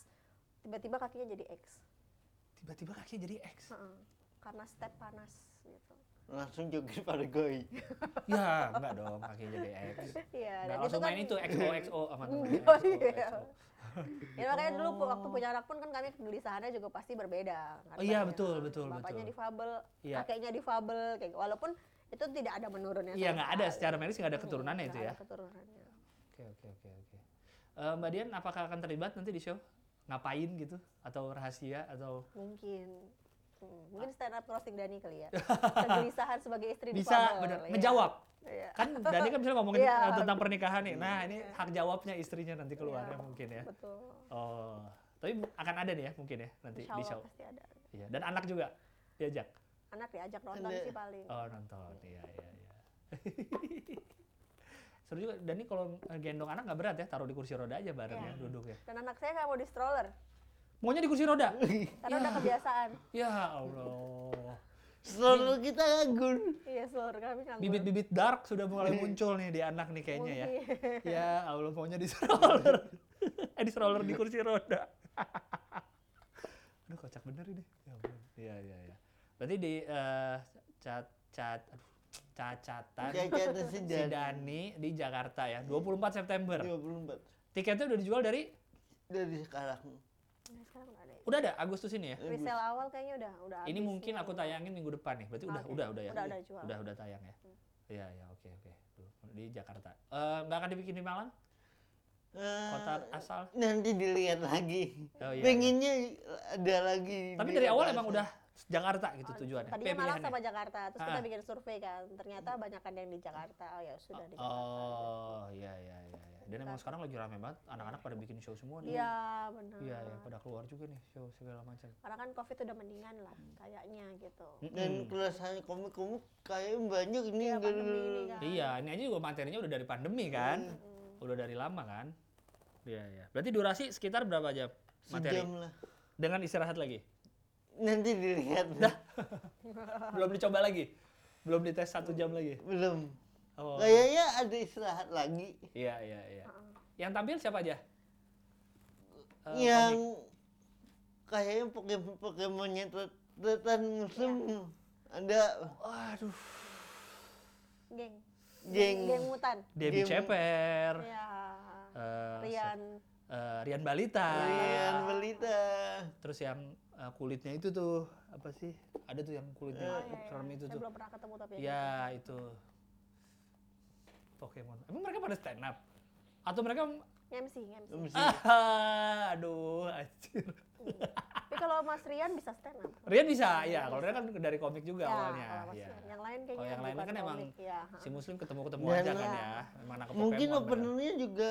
[SPEAKER 4] tiba-tiba kakinya jadi X
[SPEAKER 2] Tiba-tiba kakinya jadi X.
[SPEAKER 4] Heeh. karena step panas gitu
[SPEAKER 3] langsung joget paragoi
[SPEAKER 2] ya, enggak dong kakinya jadi X.
[SPEAKER 4] iya
[SPEAKER 2] Enggak
[SPEAKER 4] dan itu
[SPEAKER 2] langsung
[SPEAKER 4] kan
[SPEAKER 2] main itu XO XO sama temennya.
[SPEAKER 4] Oh,
[SPEAKER 2] XO.
[SPEAKER 4] iya. ya makanya dulu pu- waktu punya anak pun kan kami kegelisahannya juga pasti berbeda
[SPEAKER 2] Oh, iya,
[SPEAKER 4] Karena
[SPEAKER 2] betul,
[SPEAKER 4] ya,
[SPEAKER 2] betul,
[SPEAKER 4] bapaknya
[SPEAKER 2] betul.
[SPEAKER 4] difabel
[SPEAKER 2] Iya.
[SPEAKER 4] kakeknya difabel kayak gitu. walaupun itu tidak ada menurunnya
[SPEAKER 2] Iya,
[SPEAKER 4] sama
[SPEAKER 2] enggak ada
[SPEAKER 4] sekali.
[SPEAKER 2] secara medis enggak ada
[SPEAKER 4] Mm,
[SPEAKER 2] keturunannya
[SPEAKER 4] nggak
[SPEAKER 2] itu ya.
[SPEAKER 4] ada keturunannya
[SPEAKER 2] Oke, oke, oke, oke. Eh, Mbak Dian apakah akan terlibat nanti di show? Ngapain gitu atau rahasia atau
[SPEAKER 4] mungkin Hmm, Mungkin stand up crossing Dani kali ya. Kegelisahan sebagai istri
[SPEAKER 2] Bisa
[SPEAKER 4] difabel,
[SPEAKER 2] benar
[SPEAKER 4] ya.
[SPEAKER 2] menjawab.
[SPEAKER 4] Iya.
[SPEAKER 2] Kan Dani kan misalnya ngomongin
[SPEAKER 4] Iya.
[SPEAKER 2] eh, tentang pernikahan nih. Nah, ini hak jawabnya istrinya nanti keluarnya
[SPEAKER 4] Iya.
[SPEAKER 2] mungkin ya.
[SPEAKER 4] Betul.
[SPEAKER 2] Oh, tapi akan ada nih ya mungkin ya nanti
[SPEAKER 4] Insya
[SPEAKER 2] di
[SPEAKER 4] Allah
[SPEAKER 2] show.
[SPEAKER 4] pasti ada.
[SPEAKER 2] Iya, dan anak juga diajak.
[SPEAKER 4] Anak diajak nonton
[SPEAKER 3] Ada.
[SPEAKER 4] sih paling.
[SPEAKER 2] Oh, nonton. Iya, iya, iya. Seru juga Dani kalau eh, gendong anak nggak berat ya, taruh di kursi roda aja bareng
[SPEAKER 4] Iya.
[SPEAKER 2] ya, duduk ya.
[SPEAKER 4] Dan anak saya nggak mau di stroller
[SPEAKER 2] Maunya di kursi roda.
[SPEAKER 4] karena udah kebiasaan.
[SPEAKER 2] Ya Allah.
[SPEAKER 3] Selalu kita nganggur.
[SPEAKER 4] Iya stroller kami nganggur.
[SPEAKER 2] Bibit-bibit dark sudah mulai muncul nih di anak nih kayaknya ya.
[SPEAKER 4] Mungkin.
[SPEAKER 2] Ya Allah maunya di stroller. eh di stroller di kursi roda. aduh kocak bener ini. Ya ampun. Iya iya iya. Berarti di eh, cat cat aduh, cacatan
[SPEAKER 3] Cacat si
[SPEAKER 2] si
[SPEAKER 3] Dani.
[SPEAKER 2] Dani di Jakarta ya 24 September.
[SPEAKER 3] 24
[SPEAKER 2] Tiketnya udah dijual dari
[SPEAKER 3] dari sekarang.
[SPEAKER 4] Nah, sekarang nggak ada. ya.
[SPEAKER 2] udah ada Agustus ini ya.
[SPEAKER 4] Resell awal kayaknya udah udah.
[SPEAKER 2] Ini
[SPEAKER 4] habis
[SPEAKER 2] mungkin
[SPEAKER 4] nih.
[SPEAKER 2] aku tayangin minggu depan nih. Berarti udah
[SPEAKER 4] Oke.
[SPEAKER 2] udah udah ya.
[SPEAKER 4] Udah, Hmm. udah jual.
[SPEAKER 2] Udah udah tayang ya. Iya ya oke oke. Tuh, Di Jakarta. Eh, nggak akan dibikin di Malang?
[SPEAKER 3] Eh,
[SPEAKER 2] Kota asal?
[SPEAKER 3] nanti dilihat lagi.
[SPEAKER 2] Oh, iya, iya.
[SPEAKER 3] Pengennya ada lagi.
[SPEAKER 2] Tapi
[SPEAKER 3] di
[SPEAKER 2] dari
[SPEAKER 3] kota
[SPEAKER 2] awal emang
[SPEAKER 3] asal.
[SPEAKER 2] udah Jakarta gitu
[SPEAKER 4] Oh,
[SPEAKER 2] tujuannya.
[SPEAKER 4] Tadinya Malang
[SPEAKER 2] pilihannya.
[SPEAKER 4] sama Jakarta, terus kita
[SPEAKER 2] Ah. Hmm.
[SPEAKER 4] bikin survei kan. Ternyata banyakan yang di Jakarta. Oh ya sudah di Jakarta.
[SPEAKER 2] Oh, iya iya iya iya. Dan emang sekarang lagi rame banget anak-anak pada bikin show semua nih.
[SPEAKER 4] Iya benar.
[SPEAKER 2] Iya iya, pada keluar juga nih show segala macam.
[SPEAKER 4] Karena kan COVID udah mendingan lah kayaknya gitu.
[SPEAKER 3] Dan
[SPEAKER 2] Mm-mm.
[SPEAKER 3] kelasannya komik-komik kayak banyak nih.
[SPEAKER 4] Iya, pandemi
[SPEAKER 3] dulu.
[SPEAKER 4] ini kan. Hmm,
[SPEAKER 2] Iya, ini aja juga materinya udah dari pandemi kan.
[SPEAKER 3] Mm.
[SPEAKER 2] Udah dari lama kan? Iya iya. Berarti durasi sekitar berapa jam materi?
[SPEAKER 3] Sejam lah.
[SPEAKER 2] Dengan istirahat lagi.
[SPEAKER 3] Nanti dilihat. Ah.
[SPEAKER 2] Belum dicoba lagi. Belum dites satu jam lagi.
[SPEAKER 3] Belum.
[SPEAKER 2] Oh.
[SPEAKER 3] Kayaknya ada istirahat lagi.
[SPEAKER 2] Iya iya iya.
[SPEAKER 4] uh-uh.
[SPEAKER 2] Yang tampil siapa aja? Eh,
[SPEAKER 3] yang kayaknya Pokemon Pokemonnya Tet- Tetan Musim ada
[SPEAKER 2] Waduh,
[SPEAKER 4] Geng.
[SPEAKER 3] Geng.
[SPEAKER 4] Geng mutan.
[SPEAKER 2] Debbie
[SPEAKER 3] Game-
[SPEAKER 2] Ceper,
[SPEAKER 4] Iya.
[SPEAKER 2] eh,
[SPEAKER 4] Rian.
[SPEAKER 2] eh, Rian Balita, Ah.
[SPEAKER 3] Rian Belita.
[SPEAKER 2] terus yang eh, kulitnya itu tuh apa sih? Ada tuh yang kulitnya
[SPEAKER 4] Oh,
[SPEAKER 2] serem itu
[SPEAKER 4] iya, Saya
[SPEAKER 2] tuh.
[SPEAKER 4] belum pernah ketemu tapi
[SPEAKER 2] Ya itu Pokemon. Emang mereka pada stand up? Atau mereka
[SPEAKER 4] MC, MC.
[SPEAKER 2] Hmm.
[SPEAKER 3] MC.
[SPEAKER 2] Ah, aduh, anjir.
[SPEAKER 4] Hmm. Tapi kalau Mas Rian bisa stand up.
[SPEAKER 2] Rian bisa, ya. Kalau Rian kan dari komik juga
[SPEAKER 4] Ya,
[SPEAKER 2] awalnya.
[SPEAKER 4] kalau Mas
[SPEAKER 2] ya.
[SPEAKER 4] Rian. Yang lain kayaknya
[SPEAKER 2] Kalau yang lain
[SPEAKER 4] bukan
[SPEAKER 2] kan emang
[SPEAKER 4] komik, ya.
[SPEAKER 2] si Muslim ketemu-ketemu
[SPEAKER 3] Dan
[SPEAKER 2] aja kan
[SPEAKER 4] ya.
[SPEAKER 2] ya. Emang anak
[SPEAKER 3] Mungkin
[SPEAKER 2] Pokemon, bener.
[SPEAKER 3] openernya juga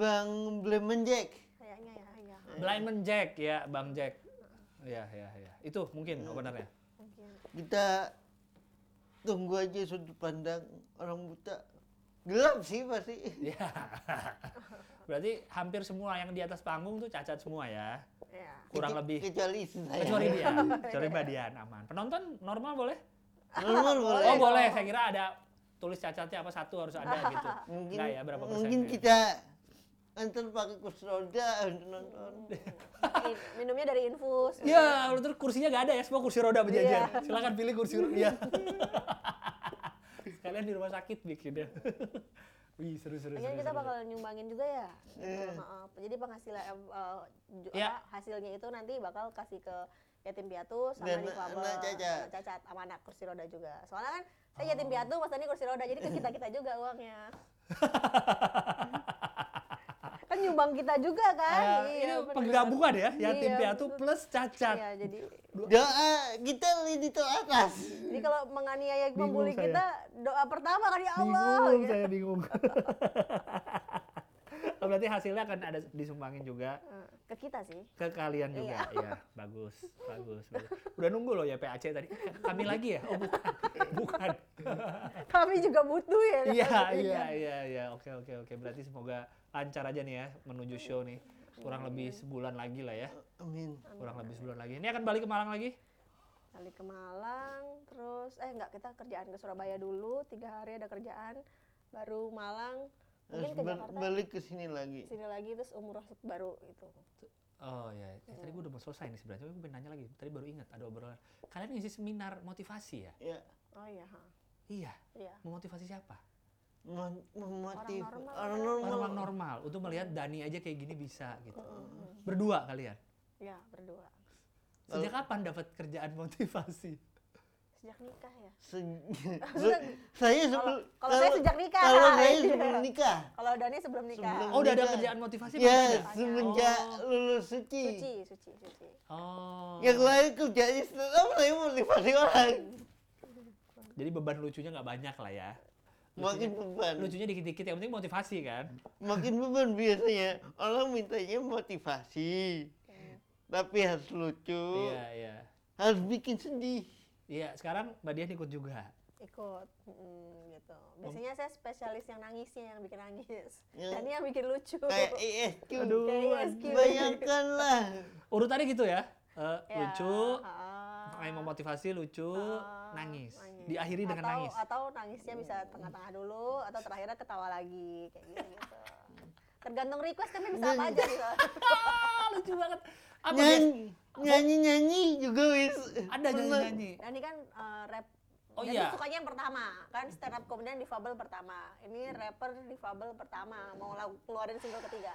[SPEAKER 3] Bang Blemen Jack.
[SPEAKER 4] Kayaknya ya, ya.
[SPEAKER 2] Blindman Jack ya, Bang Jack. Ya, ya, ya. Itu mungkin
[SPEAKER 4] Iya.
[SPEAKER 2] openernya.
[SPEAKER 4] Mungkin.
[SPEAKER 3] Kita tunggu aja sudut pandang orang buta. Gelap sih pasti.
[SPEAKER 2] Ya. Berarti hampir semua yang di atas panggung tuh cacat semua ya. Eh,
[SPEAKER 4] Ya.
[SPEAKER 2] Kurang
[SPEAKER 3] Kece-
[SPEAKER 2] lebih
[SPEAKER 3] Kecuali
[SPEAKER 4] Iya.
[SPEAKER 3] saya.
[SPEAKER 2] kecuali dia. Kecuali Mbak Dian aman. Penonton normal boleh?
[SPEAKER 3] Normal boleh.
[SPEAKER 2] Oh, boleh. Saya kira ada tulis cacatnya apa satu harus ada gitu.
[SPEAKER 3] Mungkin,
[SPEAKER 2] Enggak ya, berapa persen?
[SPEAKER 3] mungkin
[SPEAKER 2] ya?
[SPEAKER 3] kita antar pakai kursi roda untuk nonton.
[SPEAKER 4] I- Minumnya dari infus.
[SPEAKER 2] Ya, lalu terus kursinya nggak ada ya, semua kursi roda berjajar.
[SPEAKER 4] Iya.
[SPEAKER 2] Silakan pilih kursi roda. Iya. Sekalian di rumah sakit bikin ya. Wih, seru seru. seru,
[SPEAKER 4] Kayaknya Iya, kita
[SPEAKER 2] seru.
[SPEAKER 4] bakal nyumbangin juga ya. Gitu, heeh. Jadi penghasilan eh, eh, ju-
[SPEAKER 2] Iya.
[SPEAKER 4] apa, hasilnya itu nanti bakal kasih ke yatim piatu sama
[SPEAKER 3] Dan
[SPEAKER 4] difabel,
[SPEAKER 3] anak cacat.
[SPEAKER 4] anak cacat sama anak kursi roda juga. Soalnya kan saya yatim
[SPEAKER 2] Oh.
[SPEAKER 4] piatu, Mas Dani kursi roda, jadi ke kita-kita juga uangnya. kan nyumbang kita juga kan?
[SPEAKER 2] Eh, ini
[SPEAKER 4] Iya, bener.
[SPEAKER 2] penggabungan ya, yatim
[SPEAKER 4] Iya,
[SPEAKER 2] piatu
[SPEAKER 4] betul.
[SPEAKER 2] plus
[SPEAKER 4] Iya,
[SPEAKER 2] cacat.
[SPEAKER 4] jadi
[SPEAKER 3] Doa kita di atas.
[SPEAKER 4] jadi kalau menganiaya
[SPEAKER 2] Bingung
[SPEAKER 4] membuli
[SPEAKER 2] saya.
[SPEAKER 4] kita doa pertama kan ya Allah.
[SPEAKER 2] Bingung,
[SPEAKER 4] gitu.
[SPEAKER 2] saya bingung. Oh, Berarti hasilnya akan ada disumbangin juga
[SPEAKER 4] Eh, Ke kita sih.
[SPEAKER 2] ke kalian juga. Iya, bagus, bagus, bagus. Udah nunggu loh ya PAC tadi. Kami lagi ya? Oh, bukan. Bukan.
[SPEAKER 4] Kami juga butuh ya.
[SPEAKER 2] Iya, iya, iya, iya. Oke, oke, oke. Berarti semoga lancar aja nih ya menuju show nih. Kurang lebih sebulan lagi lah ya.
[SPEAKER 3] Amin.
[SPEAKER 2] Kurang lebih sebulan lagi. Ini akan balik ke Malang lagi?
[SPEAKER 4] balik ke Malang terus eh nggak kita kerjaan ke Surabaya dulu tiga hari ada kerjaan baru Malang
[SPEAKER 3] Terus
[SPEAKER 4] mungkin ke
[SPEAKER 3] bal-
[SPEAKER 4] Jakarta
[SPEAKER 3] balik ke sini lagi.
[SPEAKER 4] sini lagi terus umroh baru gitu. itu
[SPEAKER 2] Oh iya, Eh, tadi gue udah mau selesai nih sebenarnya, tapi gue pengen nanya lagi. Tadi baru ingat ada obrolan. Kalian ngisi seminar motivasi ya?
[SPEAKER 3] Ya,
[SPEAKER 4] oh iya ha.
[SPEAKER 2] Iya,
[SPEAKER 4] iya
[SPEAKER 2] memotivasi siapa?
[SPEAKER 3] mem- memotiv
[SPEAKER 4] Orang normal
[SPEAKER 3] orang
[SPEAKER 4] kan?
[SPEAKER 3] normal.
[SPEAKER 2] Orang normal, untuk melihat Dani aja kayak gini bisa gitu. Berdua kalian.
[SPEAKER 4] ya berdua
[SPEAKER 2] Sejak kapan dapat kerjaan motivasi?
[SPEAKER 4] sejak nikah ya
[SPEAKER 3] Se- se- saya
[SPEAKER 4] kalau
[SPEAKER 3] sebelum
[SPEAKER 4] kalau saya sejak nikah
[SPEAKER 3] kalau saya
[SPEAKER 4] Iya.
[SPEAKER 3] sebelum nikah
[SPEAKER 4] kalau Dani sebelum nikah
[SPEAKER 3] Sebelum-
[SPEAKER 2] Oh, udah ada
[SPEAKER 3] Bukan.
[SPEAKER 2] kerjaan motivasi belum
[SPEAKER 3] ya
[SPEAKER 2] ada?
[SPEAKER 3] semenjak
[SPEAKER 2] Oh.
[SPEAKER 3] lulus suci.
[SPEAKER 4] suci suci suci
[SPEAKER 2] Oh.
[SPEAKER 3] yang lain kerjanya stand up saya motivasi orang
[SPEAKER 2] Jadi beban lucunya nggak banyak lah ya.
[SPEAKER 3] makin
[SPEAKER 2] Lucunya,
[SPEAKER 3] beban
[SPEAKER 2] lucunya dikit-dikit yang penting motivasi kan.
[SPEAKER 3] makin beban biasanya orang mintanya motivasi
[SPEAKER 4] Hmm.
[SPEAKER 3] tapi harus lucu
[SPEAKER 2] Iya, iya.
[SPEAKER 3] harus bikin sedih
[SPEAKER 2] Iya, sekarang Mbak Dian ikut juga.
[SPEAKER 4] ikut mm, gitu
[SPEAKER 3] Oh.
[SPEAKER 4] biasanya saya spesialis yang nangisnya yang bikin nangis
[SPEAKER 3] Ya.
[SPEAKER 4] Dani yang bikin lucu
[SPEAKER 3] kayak eh, ESQ
[SPEAKER 2] Aduh.
[SPEAKER 4] Kayak ESQ.
[SPEAKER 3] bayangkanlah
[SPEAKER 2] Urutannya gitu ya. Eh,
[SPEAKER 4] Ya,
[SPEAKER 2] lucu,
[SPEAKER 4] ah.
[SPEAKER 2] main memotivasi, lucu,
[SPEAKER 4] Ah,
[SPEAKER 2] nangis. Diakhiri dengan
[SPEAKER 4] Atau-
[SPEAKER 2] nangis.
[SPEAKER 4] Atau nangisnya bisa tengah-tengah dulu atau terakhirnya ketawa lagi kayak gitu. gitu. Tergantung request kami bisa apa aja gitu.
[SPEAKER 2] Ah, lucu banget. Apa Dian?
[SPEAKER 3] nyanyi nyanyi nyanyi juga wis
[SPEAKER 2] Ada nyanyi-nyanyi.
[SPEAKER 4] Dan ini kan eh, rap
[SPEAKER 2] Oh
[SPEAKER 4] Jadi
[SPEAKER 2] iya.
[SPEAKER 4] sukanya yang pertama, kan stand up comedian difabel pertama. Ini rapper difabel pertama, mau lagu keluarin single ketiga.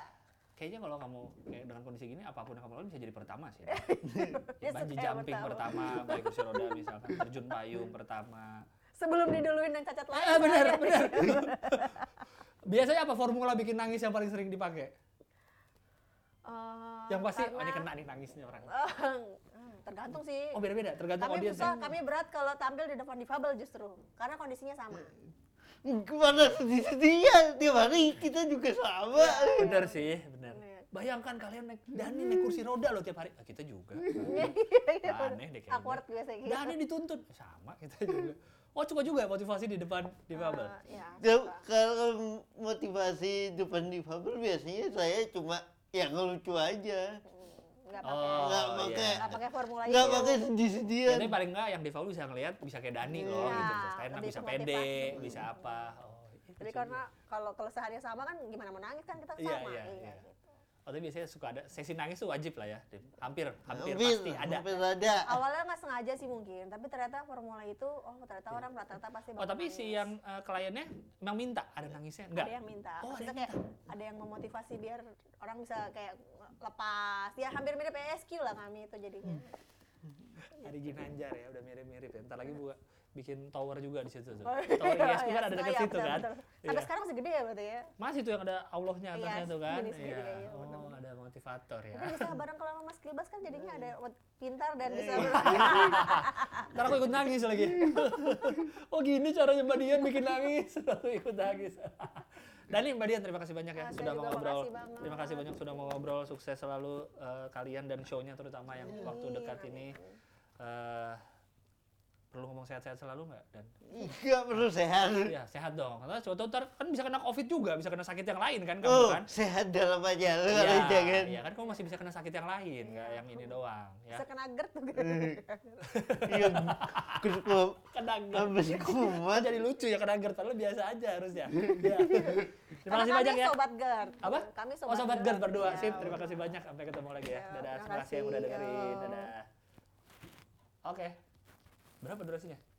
[SPEAKER 2] Kayaknya kalau kamu kayak dengan kondisi gini apapun yang kamu lakukan bisa jadi pertama sih.
[SPEAKER 4] Dia
[SPEAKER 2] ya,
[SPEAKER 4] suka
[SPEAKER 2] banji
[SPEAKER 4] yang
[SPEAKER 2] jumping
[SPEAKER 4] pertama.
[SPEAKER 2] pertama, naik kursi roda misalkan, terjun payung pertama.
[SPEAKER 4] Sebelum diduluin dan cacat lain.
[SPEAKER 2] Ah, benar, benar. Biasanya apa formula bikin nangis yang paling sering dipakai?
[SPEAKER 4] Eh,
[SPEAKER 2] Yang pasti, oh,
[SPEAKER 4] karena-
[SPEAKER 2] ini kena nih nangisnya orang.
[SPEAKER 4] Hmm, tergantung sih.
[SPEAKER 2] Oh beda-beda, tergantung
[SPEAKER 4] kami
[SPEAKER 2] audiens
[SPEAKER 4] susah, kan-
[SPEAKER 2] ya.
[SPEAKER 4] kami berat kalau tampil di depan difabel justru, karena kondisinya sama.
[SPEAKER 3] kemana sedih sedihnya tiap hari kita juga sama
[SPEAKER 2] Bener sih, bener.
[SPEAKER 4] Bener.
[SPEAKER 2] Bayangkan kalian naik Dani naik kursi roda loh tiap hari. Ah, kita juga. Aneh deh kayaknya.
[SPEAKER 4] Iya, Awkward biasanya gitu.
[SPEAKER 2] Dani dituntut. Sama kita juga. Oh suka juga ya motivasi di depan di Babel.
[SPEAKER 4] Eh, ya,
[SPEAKER 3] Dan
[SPEAKER 4] suka.
[SPEAKER 3] kalau motivasi depan difabel biasanya saya cuma ya ngelucu aja
[SPEAKER 4] Ah,
[SPEAKER 2] Oh,
[SPEAKER 4] nggak pakai
[SPEAKER 3] nggak pakai
[SPEAKER 4] nggak pakai formula
[SPEAKER 3] nggak
[SPEAKER 4] itu.
[SPEAKER 3] pakai
[SPEAKER 2] Jadi
[SPEAKER 3] sedih-sedihan
[SPEAKER 2] paling enggak yang di Babel bisa ngelihat bisa kayak Dani loh,
[SPEAKER 4] Iya,
[SPEAKER 2] gitu. bisa stand up,
[SPEAKER 4] lebih
[SPEAKER 2] bisa
[SPEAKER 4] ke
[SPEAKER 2] pede,
[SPEAKER 4] motivasi.
[SPEAKER 2] bisa apa. Oh, iya,
[SPEAKER 4] Jadi
[SPEAKER 2] bisa
[SPEAKER 4] karena kalau keresahannya sama kan gimana mau nangis kan kita
[SPEAKER 2] Iya,
[SPEAKER 4] sama.
[SPEAKER 2] iya,
[SPEAKER 4] iya,
[SPEAKER 2] iya.
[SPEAKER 4] gitu.
[SPEAKER 2] Oh, tapi biasanya suka ada sesi nangis tuh wajib lah ya. Hampir, hampir, pasti ada.
[SPEAKER 3] hampir ada
[SPEAKER 4] Awalnya nggak sengaja sih mungkin, tapi ternyata formula itu oh ternyata orang rata-rata pasti
[SPEAKER 2] Oh,
[SPEAKER 4] bakal
[SPEAKER 2] tapi
[SPEAKER 4] nangis.
[SPEAKER 2] si yang eh, kliennya memang minta ada nangisnya enggak?
[SPEAKER 4] ada ya? yang minta.
[SPEAKER 2] Oh, ada
[SPEAKER 4] Maksudnya
[SPEAKER 2] yang
[SPEAKER 4] kayak ada yang memotivasi biar orang bisa kayak lepas. Ya hampir mirip PSQ lah kami itu jadinya.
[SPEAKER 2] Hmm. Ari Ginanjar ya, udah mirip-mirip ya. Ntar lagi buka bikin tower juga di situ tuh.
[SPEAKER 4] Oh,
[SPEAKER 2] Tower
[SPEAKER 4] iya,
[SPEAKER 2] ISP kan
[SPEAKER 4] iya,
[SPEAKER 2] ada dekat
[SPEAKER 4] iya,
[SPEAKER 2] situ
[SPEAKER 4] betul,
[SPEAKER 2] kan.
[SPEAKER 4] betul. Sampai
[SPEAKER 2] Iya.
[SPEAKER 4] sekarang masih gede ya berarti ya.
[SPEAKER 2] Masih tuh yang ada Allahnya
[SPEAKER 4] Iya, ya,
[SPEAKER 2] atasnya tuh kan.
[SPEAKER 4] segini-segini
[SPEAKER 2] Iya.
[SPEAKER 4] kayaknya,
[SPEAKER 2] Oh,
[SPEAKER 4] betul-betul.
[SPEAKER 2] ada motivator ya. Iya.
[SPEAKER 4] Mungkin bisa bareng kalau sama Mas Gilbas kan jadinya ada pintar dan bisa
[SPEAKER 2] Ntar aku ikut nangis lagi. oh gini caranya Mbak Dian bikin nangis. Aku ikut nangis. Dani, Mbak Dian terima kasih banyak ya
[SPEAKER 4] Ah, saya
[SPEAKER 2] sudah mau
[SPEAKER 4] juga
[SPEAKER 2] ngobrol.
[SPEAKER 4] makasih banget.
[SPEAKER 2] Terima kasih banyak sudah mau ngobrol. Sukses selalu eh, kalian dan show-nya terutama yang waktu dekat
[SPEAKER 4] Iya.
[SPEAKER 2] ini. ya. Eh, perlu ngomong sehat-sehat selalu nggak dan
[SPEAKER 3] nggak perlu sehat
[SPEAKER 2] Iya, sehat dong. Karena suatu ntar kan bisa kena covid juga, bisa kena sakit yang lain kan kamu
[SPEAKER 3] oh
[SPEAKER 2] kan?
[SPEAKER 3] sehat dalam aja lu
[SPEAKER 2] Iya,
[SPEAKER 3] kalau jangan
[SPEAKER 2] iya kan kamu masih bisa kena sakit yang lain, nggak yang ini doang. Ya.
[SPEAKER 4] bisa kena GERD tuh.
[SPEAKER 3] iya terus gua
[SPEAKER 2] Kena GERD.
[SPEAKER 3] habis kumat
[SPEAKER 2] jadi lucu ya kena GERD, padahal biasa aja harusnya. Iya. Terima
[SPEAKER 4] Karena
[SPEAKER 2] kasih
[SPEAKER 4] kami
[SPEAKER 2] banyak ya.
[SPEAKER 4] Sobat GERD.
[SPEAKER 2] Apa?
[SPEAKER 4] Kami sobat,
[SPEAKER 2] Oh sobat GERD berdua,
[SPEAKER 4] Iya.
[SPEAKER 2] sip. Terima kasih banyak. Sampai ketemu lagi ya.
[SPEAKER 4] Iya,
[SPEAKER 2] Dadah,
[SPEAKER 4] terima Iya.
[SPEAKER 2] terima kasih yang udah
[SPEAKER 4] kasih.
[SPEAKER 2] dengerin.
[SPEAKER 4] Yo.
[SPEAKER 2] Dadah. Oke. Berapa durasinya?